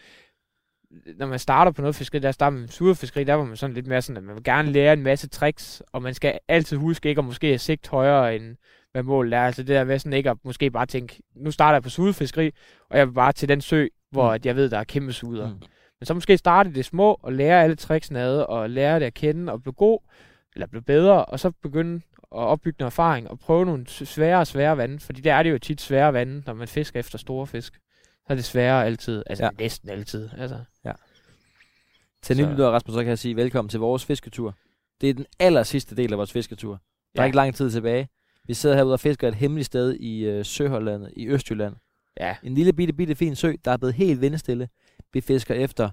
Når man starter på noget fiskeri, der starter man med surfiskeri, der var man sådan lidt mere sådan, at man vil gerne lære en masse tricks, og man skal altid huske ikke at måske at sigte højere end hvad målet er. Altså det der med sådan ikke at måske bare tænke, nu starter jeg på sudefiskeri, og jeg vil bare til den sø, hvor
Mm.
at jeg ved, der er kæmpe suder.
Mm.
Men så måske starte i det små og lære alle tricksene ad, og lære det at kende og blive god, eller blive bedre, og så begynde at opbygge noget erfaring og prøve nogle s- svære og svære vande, fordi der er det jo tit svære vande, når man fisker efter store fisk. Så er det sværere altid, altså
Ja.
ja. næsten altid. Altså.
Til
Så-
nye lyttere, Rasmus, så kan jeg sige velkommen til vores fisketur. Det er den aller sidste del af vores fisketur. Der er
Ja.
ikke lang tid tilbage. Vi sidder herude og fisker et hemmeligt sted i øh, Søhollandet, i Østjylland.
Ja.
En lille bitte, bitte fin sø, der er blevet helt vindestille. Vi fisker efter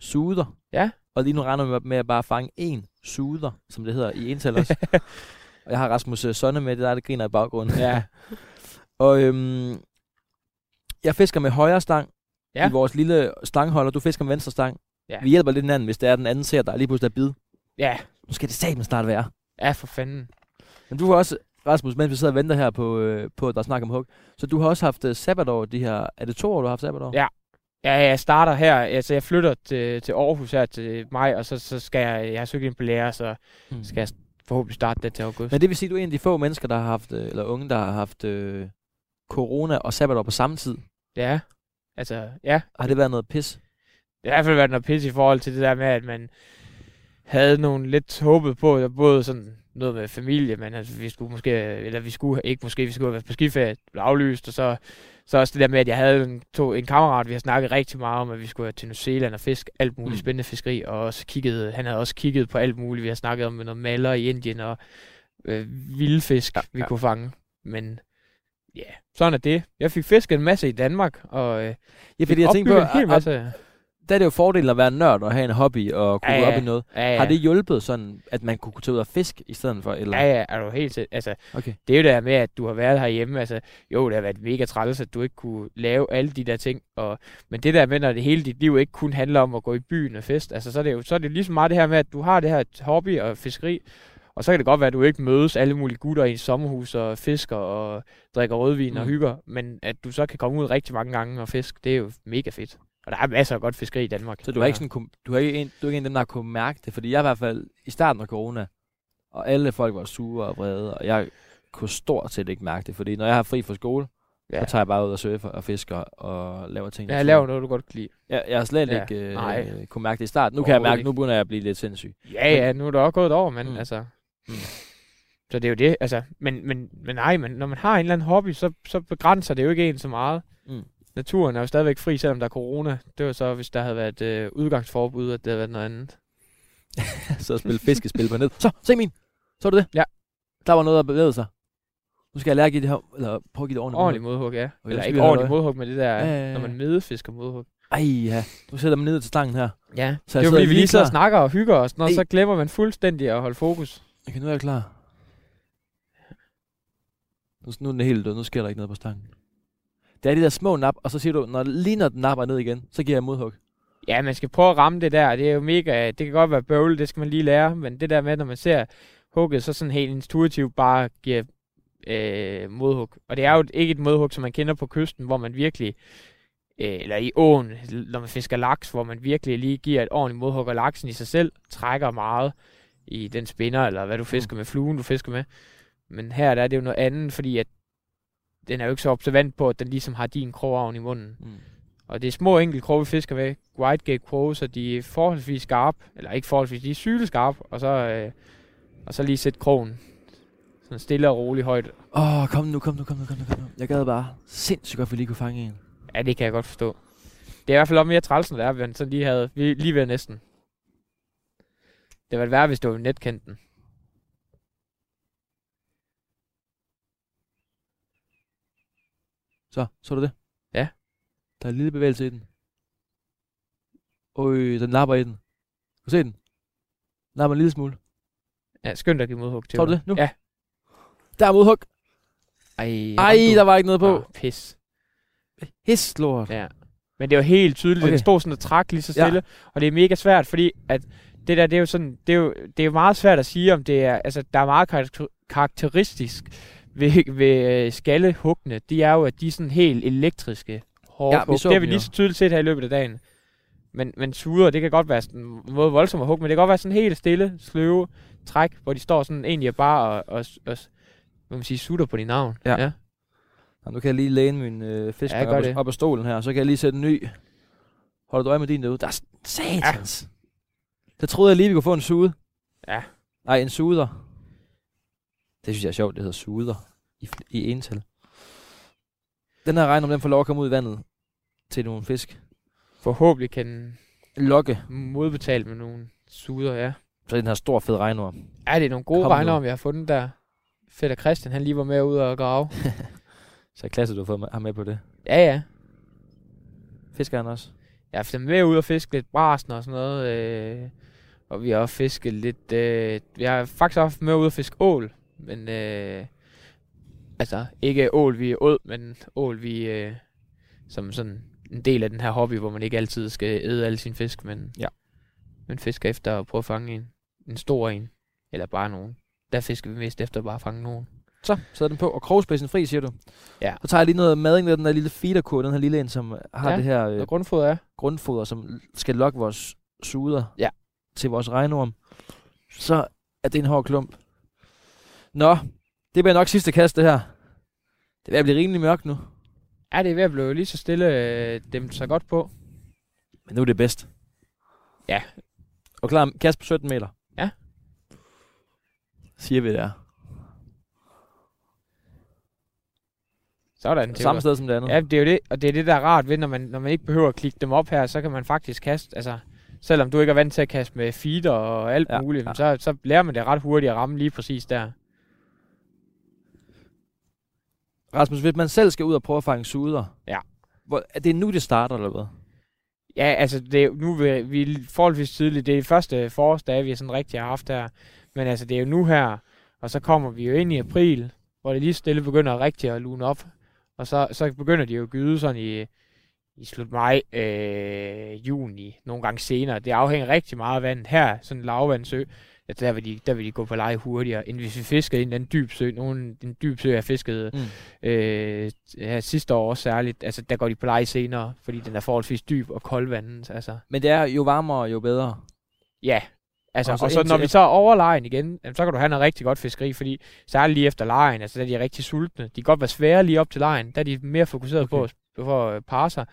suder.
Ja.
Og lige nu regner vi med at bare fange en suder, som det hedder i ental også. og jeg har Rasmus øh, Sonne med, det er der, der griner i baggrunden.
Ja.
og øhm, jeg fisker med højre stang
Ja.
ja. i vores lille stangholder. Du fisker med venstre stang.
Ja.
Ja. Vi hjælper lidt hinanden, hvis det er, den anden ser dig lige pludselig er bid.
Ja.
Nu skal det sammen snart være.
Ja, for fanden.
Men du har også, Rasmus, mens vi sidder og venter her på, øh, på at der er snak om hug, så du har også haft øh, sabbatår de her... Er det to år, du har haft sabbatår?
Ja. Ja, jeg starter her, altså jeg flytter til, til Aarhus her til maj, og så, så skal jeg, jeg har søgt ind på lærer, så
Hmm.
skal jeg forhåbentlig starte den til august.
Men det vil sige, at du er en af de få mennesker, der har haft, øh, eller unge, der har haft øh, corona og sabbatår på samme tid.
Ja, altså ja,
Har det været noget pis?
det har i hvert fald været noget pis i forhold til det der med, at man havde nogle lidt håbet på, at både sådan noget med familie, men altså, vi skulle måske, eller vi skulle ikke måske, vi skulle have været på skiferie, det blev aflyst, og så, så også det der med, at jeg havde en, to, en kammerat, vi har snakket rigtig meget om, at vi skulle til New Zealand og fisk, alt muligt mm.
Mm.
spændende fiskeri, og også kigget, han havde også kigget på alt muligt, vi har snakket om noget maler i Indien, og øh, vilde fisk, ja, vi
ja.
kunne fange, men ja, yeah, sådan er det. Jeg fik fisket en masse i Danmark, og øh,
Ja, fordi jeg tænkte på,
opbygget en hel
at, at,
masse. Ja,
der er det jo fordelen at være nørd og have en hobby og kunne
Ja,
ja, gå
ja.
op i noget.
ja.
Ja. Har det hjulpet sådan, at man kunne tage ud og fisk i stedet for? Eller?
Ja, ja, er du helt til. Altså,
Okay.
det er jo det her med, at du har været herhjemme. Altså, jo, det har været mega træls, at du ikke kunne lave alle de der ting. Og, men det der med, når det hele dit liv ikke kun handler om at gå i byen og fest, altså, så er det jo så er det lige så meget det her med, at du har det her hobby og fiskeri, og så kan det godt være, at du ikke mødes alle mulige gutter i et sommerhus og fisker og drikker rødvin mm. og
Mm.
hygger, men at du så kan komme ud rigtig mange gange og fisk, det er jo mega fedt. Og der er masser af godt fiskeri i Danmark.
Så du har ikke sådan, kunne- du har ikke en, du er ikke en af dem, der har kunne mærke det, fordi jeg i hvert fald i starten af corona, og alle folk var sure og vrede, og jeg kunne stort set ikke mærke det, fordi når jeg har fri fra skole,
Ja.
ja. så tager jeg bare ud og surfer og fisker og laver ting.
Ja,
jeg
lav noget, du godt kan lide.
Jeg, jeg har slet
Ja.
ja. ikke øh,
Nej.
kunne mærke det i starten. Nu kan jeg
Overhovedet
mærke, nu begynder jeg at blive lidt sindssyg.
Ja, ja, nu er der også gået et år, men mm.
Mm.
altså... Mm.
Mm.
Så det er jo det, altså... Men, men, men nej, men når man har en eller anden hobby, så, så begrænser det jo ikke en så meget.
Mm.
Naturen er jo stadigvæk fri, selvom der er corona. Det var så, hvis der havde været øh, udgangsforbud, at det havde været noget andet.
så spille fiskespil på ned. Så, se min! Så du det?
Ja.
Der var noget, der bevægede sig. Nu skal jeg lære at give det her, eller prøve at give det ordentligt.
Ordentlig modhug, ja.
Okay,
Eller
så
ikke
vi holder
ordentlig
øje.
modhug, men det der,
Ja, ja, ja.
når man medefisker modhug.
Ej, ja. Nu sætter man ned til stangen her. Så
Ja, så det
jeg
er jo
sidder
fordi, vi
lige
lige sidder og
klar.
snakker og hygger os, når
Ej.
så glemmer man fuldstændig at holde fokus.
Okay, nu er jeg klar. Nu, nu er den helt død. Nu sker der ikke noget på stangen. Det er de der små nap, og så siger du, når lige når den napper ned igen, så giver jeg modhug.
Ja, man skal prøve at ramme det der. Det er jo mega... Det kan godt være bøvlet, det skal man lige lære. Men det der med, når man ser hugget, så sådan helt intuitivt bare giver øh, modhug. Og det er jo ikke et modhug, som man kender på kysten, hvor man virkelig... Øh, eller i åen, når man fisker laks, hvor man virkelig lige giver et ordentligt modhug, og laksen i sig selv trækker meget i den spinner, eller hvad du fisker med, fluen du fisker med. Men her der er det jo noget andet, fordi at den er jo ikke så observant på, at den ligesom har din krogavn i munden.
Mm.
Og det er små enkelte kroge, vi fisker med. Whitegate kroge, så de er forholdsvis skarpe. Eller ikke forholdsvis, de er syleskarpe. Og så, øh, og så lige sætte krogen. Sådan stille og rolig højt.
Åh, oh, kom nu, kom nu, kom nu, kom nu, kom nu. Jeg gad bare sindssygt godt, at vi lige kunne fange en.
Ja, det kan jeg godt forstå. Det er i hvert fald også mere træls, når det er, at man sådan lige, havde, lige, lige ved næsten. Det var værre, hvis det var ved netkanten.
Så, så du det?
Ja.
Der er en lille bevægelse i den. Øj, den napper i den. Kan du se den? Den Napper en lille smule.
Ja, skønt at give modhug til.
Tror du
mig.
det? Nu?
Ja.
Der er modhug.
Ej,
Ej, der var ikke noget på.
Ah, pis.
Hist, lort.
Ja. Men det var helt tydeligt, okay.
Okay.
den stod sådan og trak lige så
Ja.
stille, ja. og det er mega svært, fordi at det der, det er jo sådan, det er jo, det er jo meget svært at sige, om det er, altså der er meget karakter- karakteristisk ved, ved øh, skallehuggene, de er jo, at de er sådan helt elektriske hårde
Ja, vi
hug.
så
Det har vi
dem
lige
jo.
så tydeligt set her i løbet af dagen. Men, men suder, det kan godt være sådan en måde voldsomt at hugge, men det kan godt være sådan helt stille, sløve træk, hvor de står sådan egentlig bare og, og, og hvad man siger, sutter på din navn.
Ja.
ja.
Nå, nu kan jeg lige læne min øh, fisk
Ja,
ja,
gør
op,
det.
af- op af stolen her, så kan jeg lige sætte en ny. Holder du øje med din derude? Der er s- satans. Ja. Der troede jeg lige, vi kunne få en sude.
Ja.
Nej, en suder. Det synes jeg er sjovt, det hedder suder i, fl- i ental. Den her regn, om den får lov at komme ud i vandet til nogle fisk.
Forhåbentlig kan den
Lokke.
modbetalt med nogle suder, ja.
Så er den her stor fed regnorm.
Ja, det er nogle gode
Kom nu.
regnorm, jeg har fundet der. Fedt at Christian, han lige var med ud og grave.
Så er klasse, du har fået med- ham med på det.
Ja, ja.
Fisker han også?
Jeg har haft dem med ud og fiske lidt brasen og sådan noget. Øh, og vi har også fisket lidt... Øh, vi har faktisk haft dem med ud og fiske ål. Men øh, altså, ikke ål vi er åd, men ål vi øh, som sådan en del af den her hobby, hvor man ikke altid skal æde alle sine fisk, men,
Ja.
men fisker efter at prøve at fange en. En stor en. Eller bare nogen. Der fisker vi mest efter bare at fange nogen.
Så sætter den på, og krogspidsen fri, siger du.
Ja.
Så tager jeg lige noget mading af den der lille feederkur, den her lille en, som har
Ja,
det her øh,
Og grundfoder er?
grundfoder, som skal lokke vores suder
Ja.
til vores regnorm. Så er det en hård klump. Nå, det bliver nok sidste kast, det her. Det vil blive rimelig mørkt nu,
Ja, det er ved at blive lige så stille øh, dem så godt på.
men nu er det bedst.
Ja.
Og klar, kast på 17 meter.
Ja.
Siger vi det er.
Sådan. det er
Samme
jo-
sted som det andet.
Ja, det er jo det, og det er det, der er rart ved, når man, når man ikke behøver at klikke dem op her, så kan man faktisk kaste, altså selvom du ikke er vant til at kaste med feeder og alt
Ja,
ja, muligt,
ja.
ja. Så, så lærer man det ret hurtigt at ramme lige præcis der.
Rasmus, hvis man selv skal ud og prøve at fange suder,
Ja.
hvor, er det nu, det starter, eller hvad?
Ja, altså det, er jo- nu er vi er forholdsvis tidligt, det er de første forårsdage, vi sådan rigtig har haft her, men altså det er jo nu her, og så kommer vi jo ind i april, hvor det lige stille begynder rigtig at lune op, og så, så begynder de jo at gyde sådan i, i slut maj, øh, juni, nogle gange senere. Det afhænger rigtig meget af vandet her, sådan en lavvandsø. Altså, der, vil de, der vil de gå på leje hurtigere, end hvis vi fiskede i en eller anden dyb sø. Nogen, en dyb sø, jeg fiskede
Mm.
øh, her sidste år særligt, altså der går de på leje senere, fordi den er forholdsvis dyb og koldvandet, altså.
Men det er jo varmere, jo bedre.
Ja, altså,
Og
og
så
så, og så når
indtil
vi så er over lejen igen, jamen, så kan du have noget rigtig godt fiskeri, fordi særligt lige efter lejen, altså der er de rigtig sultne. De kan godt være svære lige op til lejen, der er de mere fokuseret okay. på at, på at parre sig.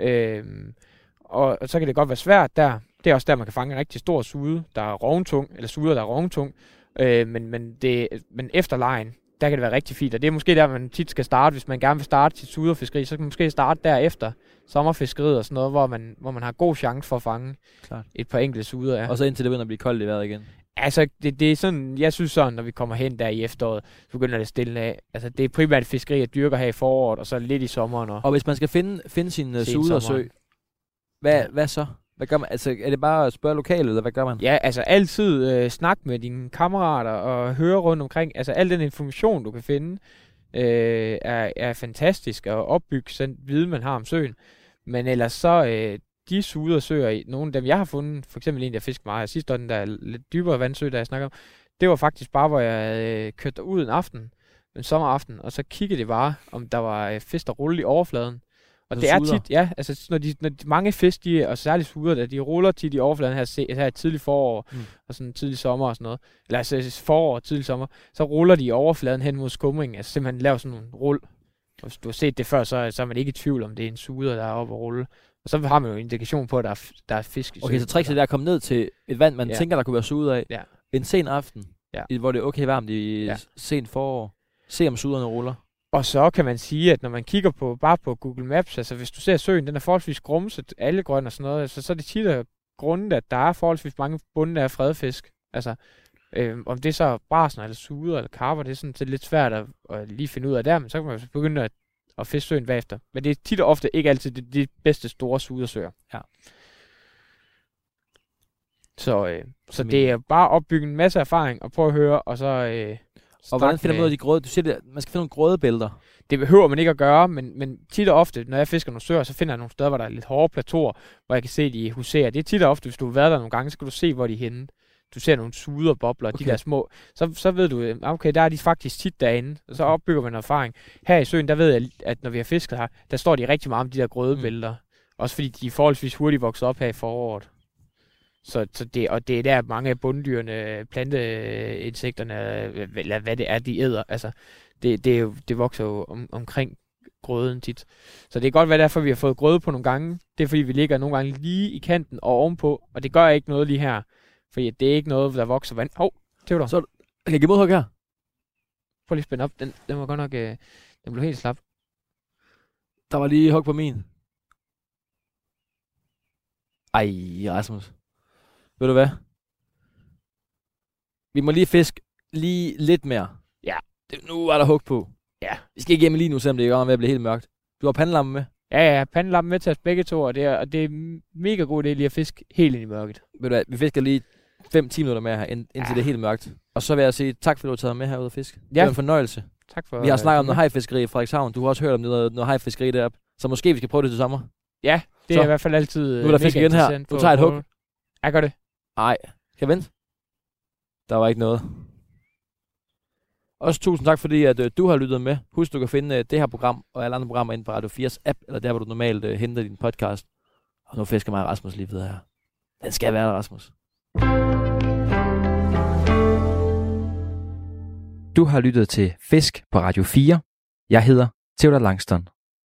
Øhm, og, og så kan det godt være svært der. Det er også der, man kan fange en rigtig stor sude, der er rovntung, eller suder, der er rovntung. Øh, men, men, det, men efter lejen, der kan det være rigtig fint, og det er måske der, man tit skal starte, hvis man gerne vil starte sit suderfiskeri, så kan man måske starte derefter, sommerfiskeriet og sådan noget, hvor man, hvor man har god chance for at fange
Klart.
et par enkelte suder. Ja.
Og så indtil det begynder at blive koldt i vejret igen.
Altså, det, det er sådan, jeg synes sådan, når vi kommer hen der i efteråret, så begynder det at stille af. Altså, det er primært fiskeri, jeg dyrker her i foråret, og så lidt i sommeren. Og,
Og hvis man skal finde, finde sin uh,
Sensommeren.
sudersø, hvad,
Ja.
hvad så? Hvad gør man? Altså, er det bare at spørge lokale, eller hvad gør man?
ja, altså altid øh, snak med dine kammerater og høre rundt omkring. Altså, al den information, du kan finde, øh, er, er fantastisk at opbygge sådan viden, man har om søen. Men ellers så, øh, de suder søer, i- nogle af dem, jeg har fundet, for eksempel en, der fiskede meget sidste år, den der lidt dybere vandsø, der jeg snakker om, det var faktisk bare, hvor jeg øh, kørte derud en aften, en sommeraften, og så kiggede det bare, om der var øh, fisk, der rullede i overfladen. Og
Altså
det er
suder?
tit, ja, altså når de, når de mange fisk, de, og særligt suder, der, de ruller tit i overfladen her, se- her i tidlig forår,
Mm.
mm. og sådan tidlig sommer og sådan noget, eller altså forår og tidlig sommer, så ruller de i overfladen hen mod skumringen, altså simpelthen laver sådan nogle rull. Og hvis du har set det før, så, så er man ikke i tvivl om, det er en suder, der er oppe at rulle. Og så har man jo indikation på, at der er, f- der er fisk i
Okay,
søen.
så trickset er at komme ned til et vand, man ja.
Ja.
tænker, der kunne være suder af.
Ja.
En sen aften,
Ja.
i- hvor det er okay varmt i ja.
Ja.
sent forår. Se om suderne ruller.
Og så kan man sige, at når man kigger på bare på Google Maps, altså hvis du ser søen, den er forholdsvis grumset, alle grøn og sådan noget, altså, så er det tit af grunden, at der er forholdsvis mange bunde af fredfisk. Altså, øh, om det er så brasen eller suder eller karper, det er sådan set lidt svært at, at, lige finde ud af der, men så kan man jo så begynde at, at fiske søen bagefter. Men det er tit og ofte ikke altid de, de bedste store sudersøer.
Ja.
Så, øh, så
Men-
det er bare at opbygge en masse erfaring og prøve at høre, og så... Øh,
Og
snak
hvordan finder man ud
med-
af de grøde? Du siger, det, man skal finde nogle grødebælter.
det behøver man ikke at gøre, men, men tit og ofte, når jeg fisker nogle søer, så finder jeg nogle steder, hvor der er lidt hårde plateauer, hvor jeg kan se, de huserer. Det er tit og ofte, hvis du har været der nogle gange, så kan du se, hvor de er henne. Du ser nogle suderbobler, okay.
Okay.
de der små. Så, så ved du, øh, okay, der er de faktisk tit derinde. Og så opbygger man erfaring. Her i søen, der ved jeg, at når vi har fisket her, der står de rigtig meget om de der grødebælter. Mm. Også fordi de er forholdsvis hurtigt vokset op her i foråret. Så, så det, og det er der mange af bunddyrene, planteinsekterne, øh, eller hvad det er, de æder. Altså, det, det, er jo, det vokser jo om, omkring grøden tit. Så det kan godt være derfor, vi har fået grøde på nogle gange. Det er fordi, vi ligger nogle gange lige i kanten og ovenpå, og det gør ikke noget lige her. Fordi det er ikke noget, der vokser vand. Hov, Theodor,
Så- Kan jeg give modhug her?
prøv lige at spænde op. Den, den var godt nok, øh, den blev helt slap.
Der var lige hug på min. Ej, Rasmus. Ved du hvad? Vi må lige fiske lige lidt mere.
Ja.
Det, nu er der hug på.
Ja.
Vi skal ikke hjem lige nu, selvom det er godt nok ved at blive helt mørkt. Du har pandelammen med.
Ja, ja, pandelappen med til os begge to, og det er, og det er en mega god idé lige at fiske helt ind i mørket.
Ved du hvad, vi fisker lige 5-10 minutter mere her, ind, indtil
Ja.
det er helt mørkt. Og så vil jeg sige tak, fordi du har taget med herude og fisk. Ja. Det
Ja.
var en fornøjelse.
Tak for...
Vi har snakket om
øh,
noget hajfiskeri i Frederikshavn. Du har også hørt om noget, noget hajfiskeri deroppe. Så måske vi skal prøve det til sommer.
Ja, det
Så.
er i hvert fald altid øh,
Nu er der fisk igen her. Du tager et hug.
Jeg gør det.
Nej. Kan jeg vente? Der var ikke noget. Også tusind tak, fordi at, øh, du har lyttet med. Husk, du kan finde øh, det her program og alle andre programmer inde på Radio 4's app, eller der, hvor du normalt øh, henter din podcast. Og nu fisker mig og Rasmus lige videre her. Den skal være der, Rasmus.
Du har lyttet til Fisk på Radio 4. Jeg hedder Theodor Langston.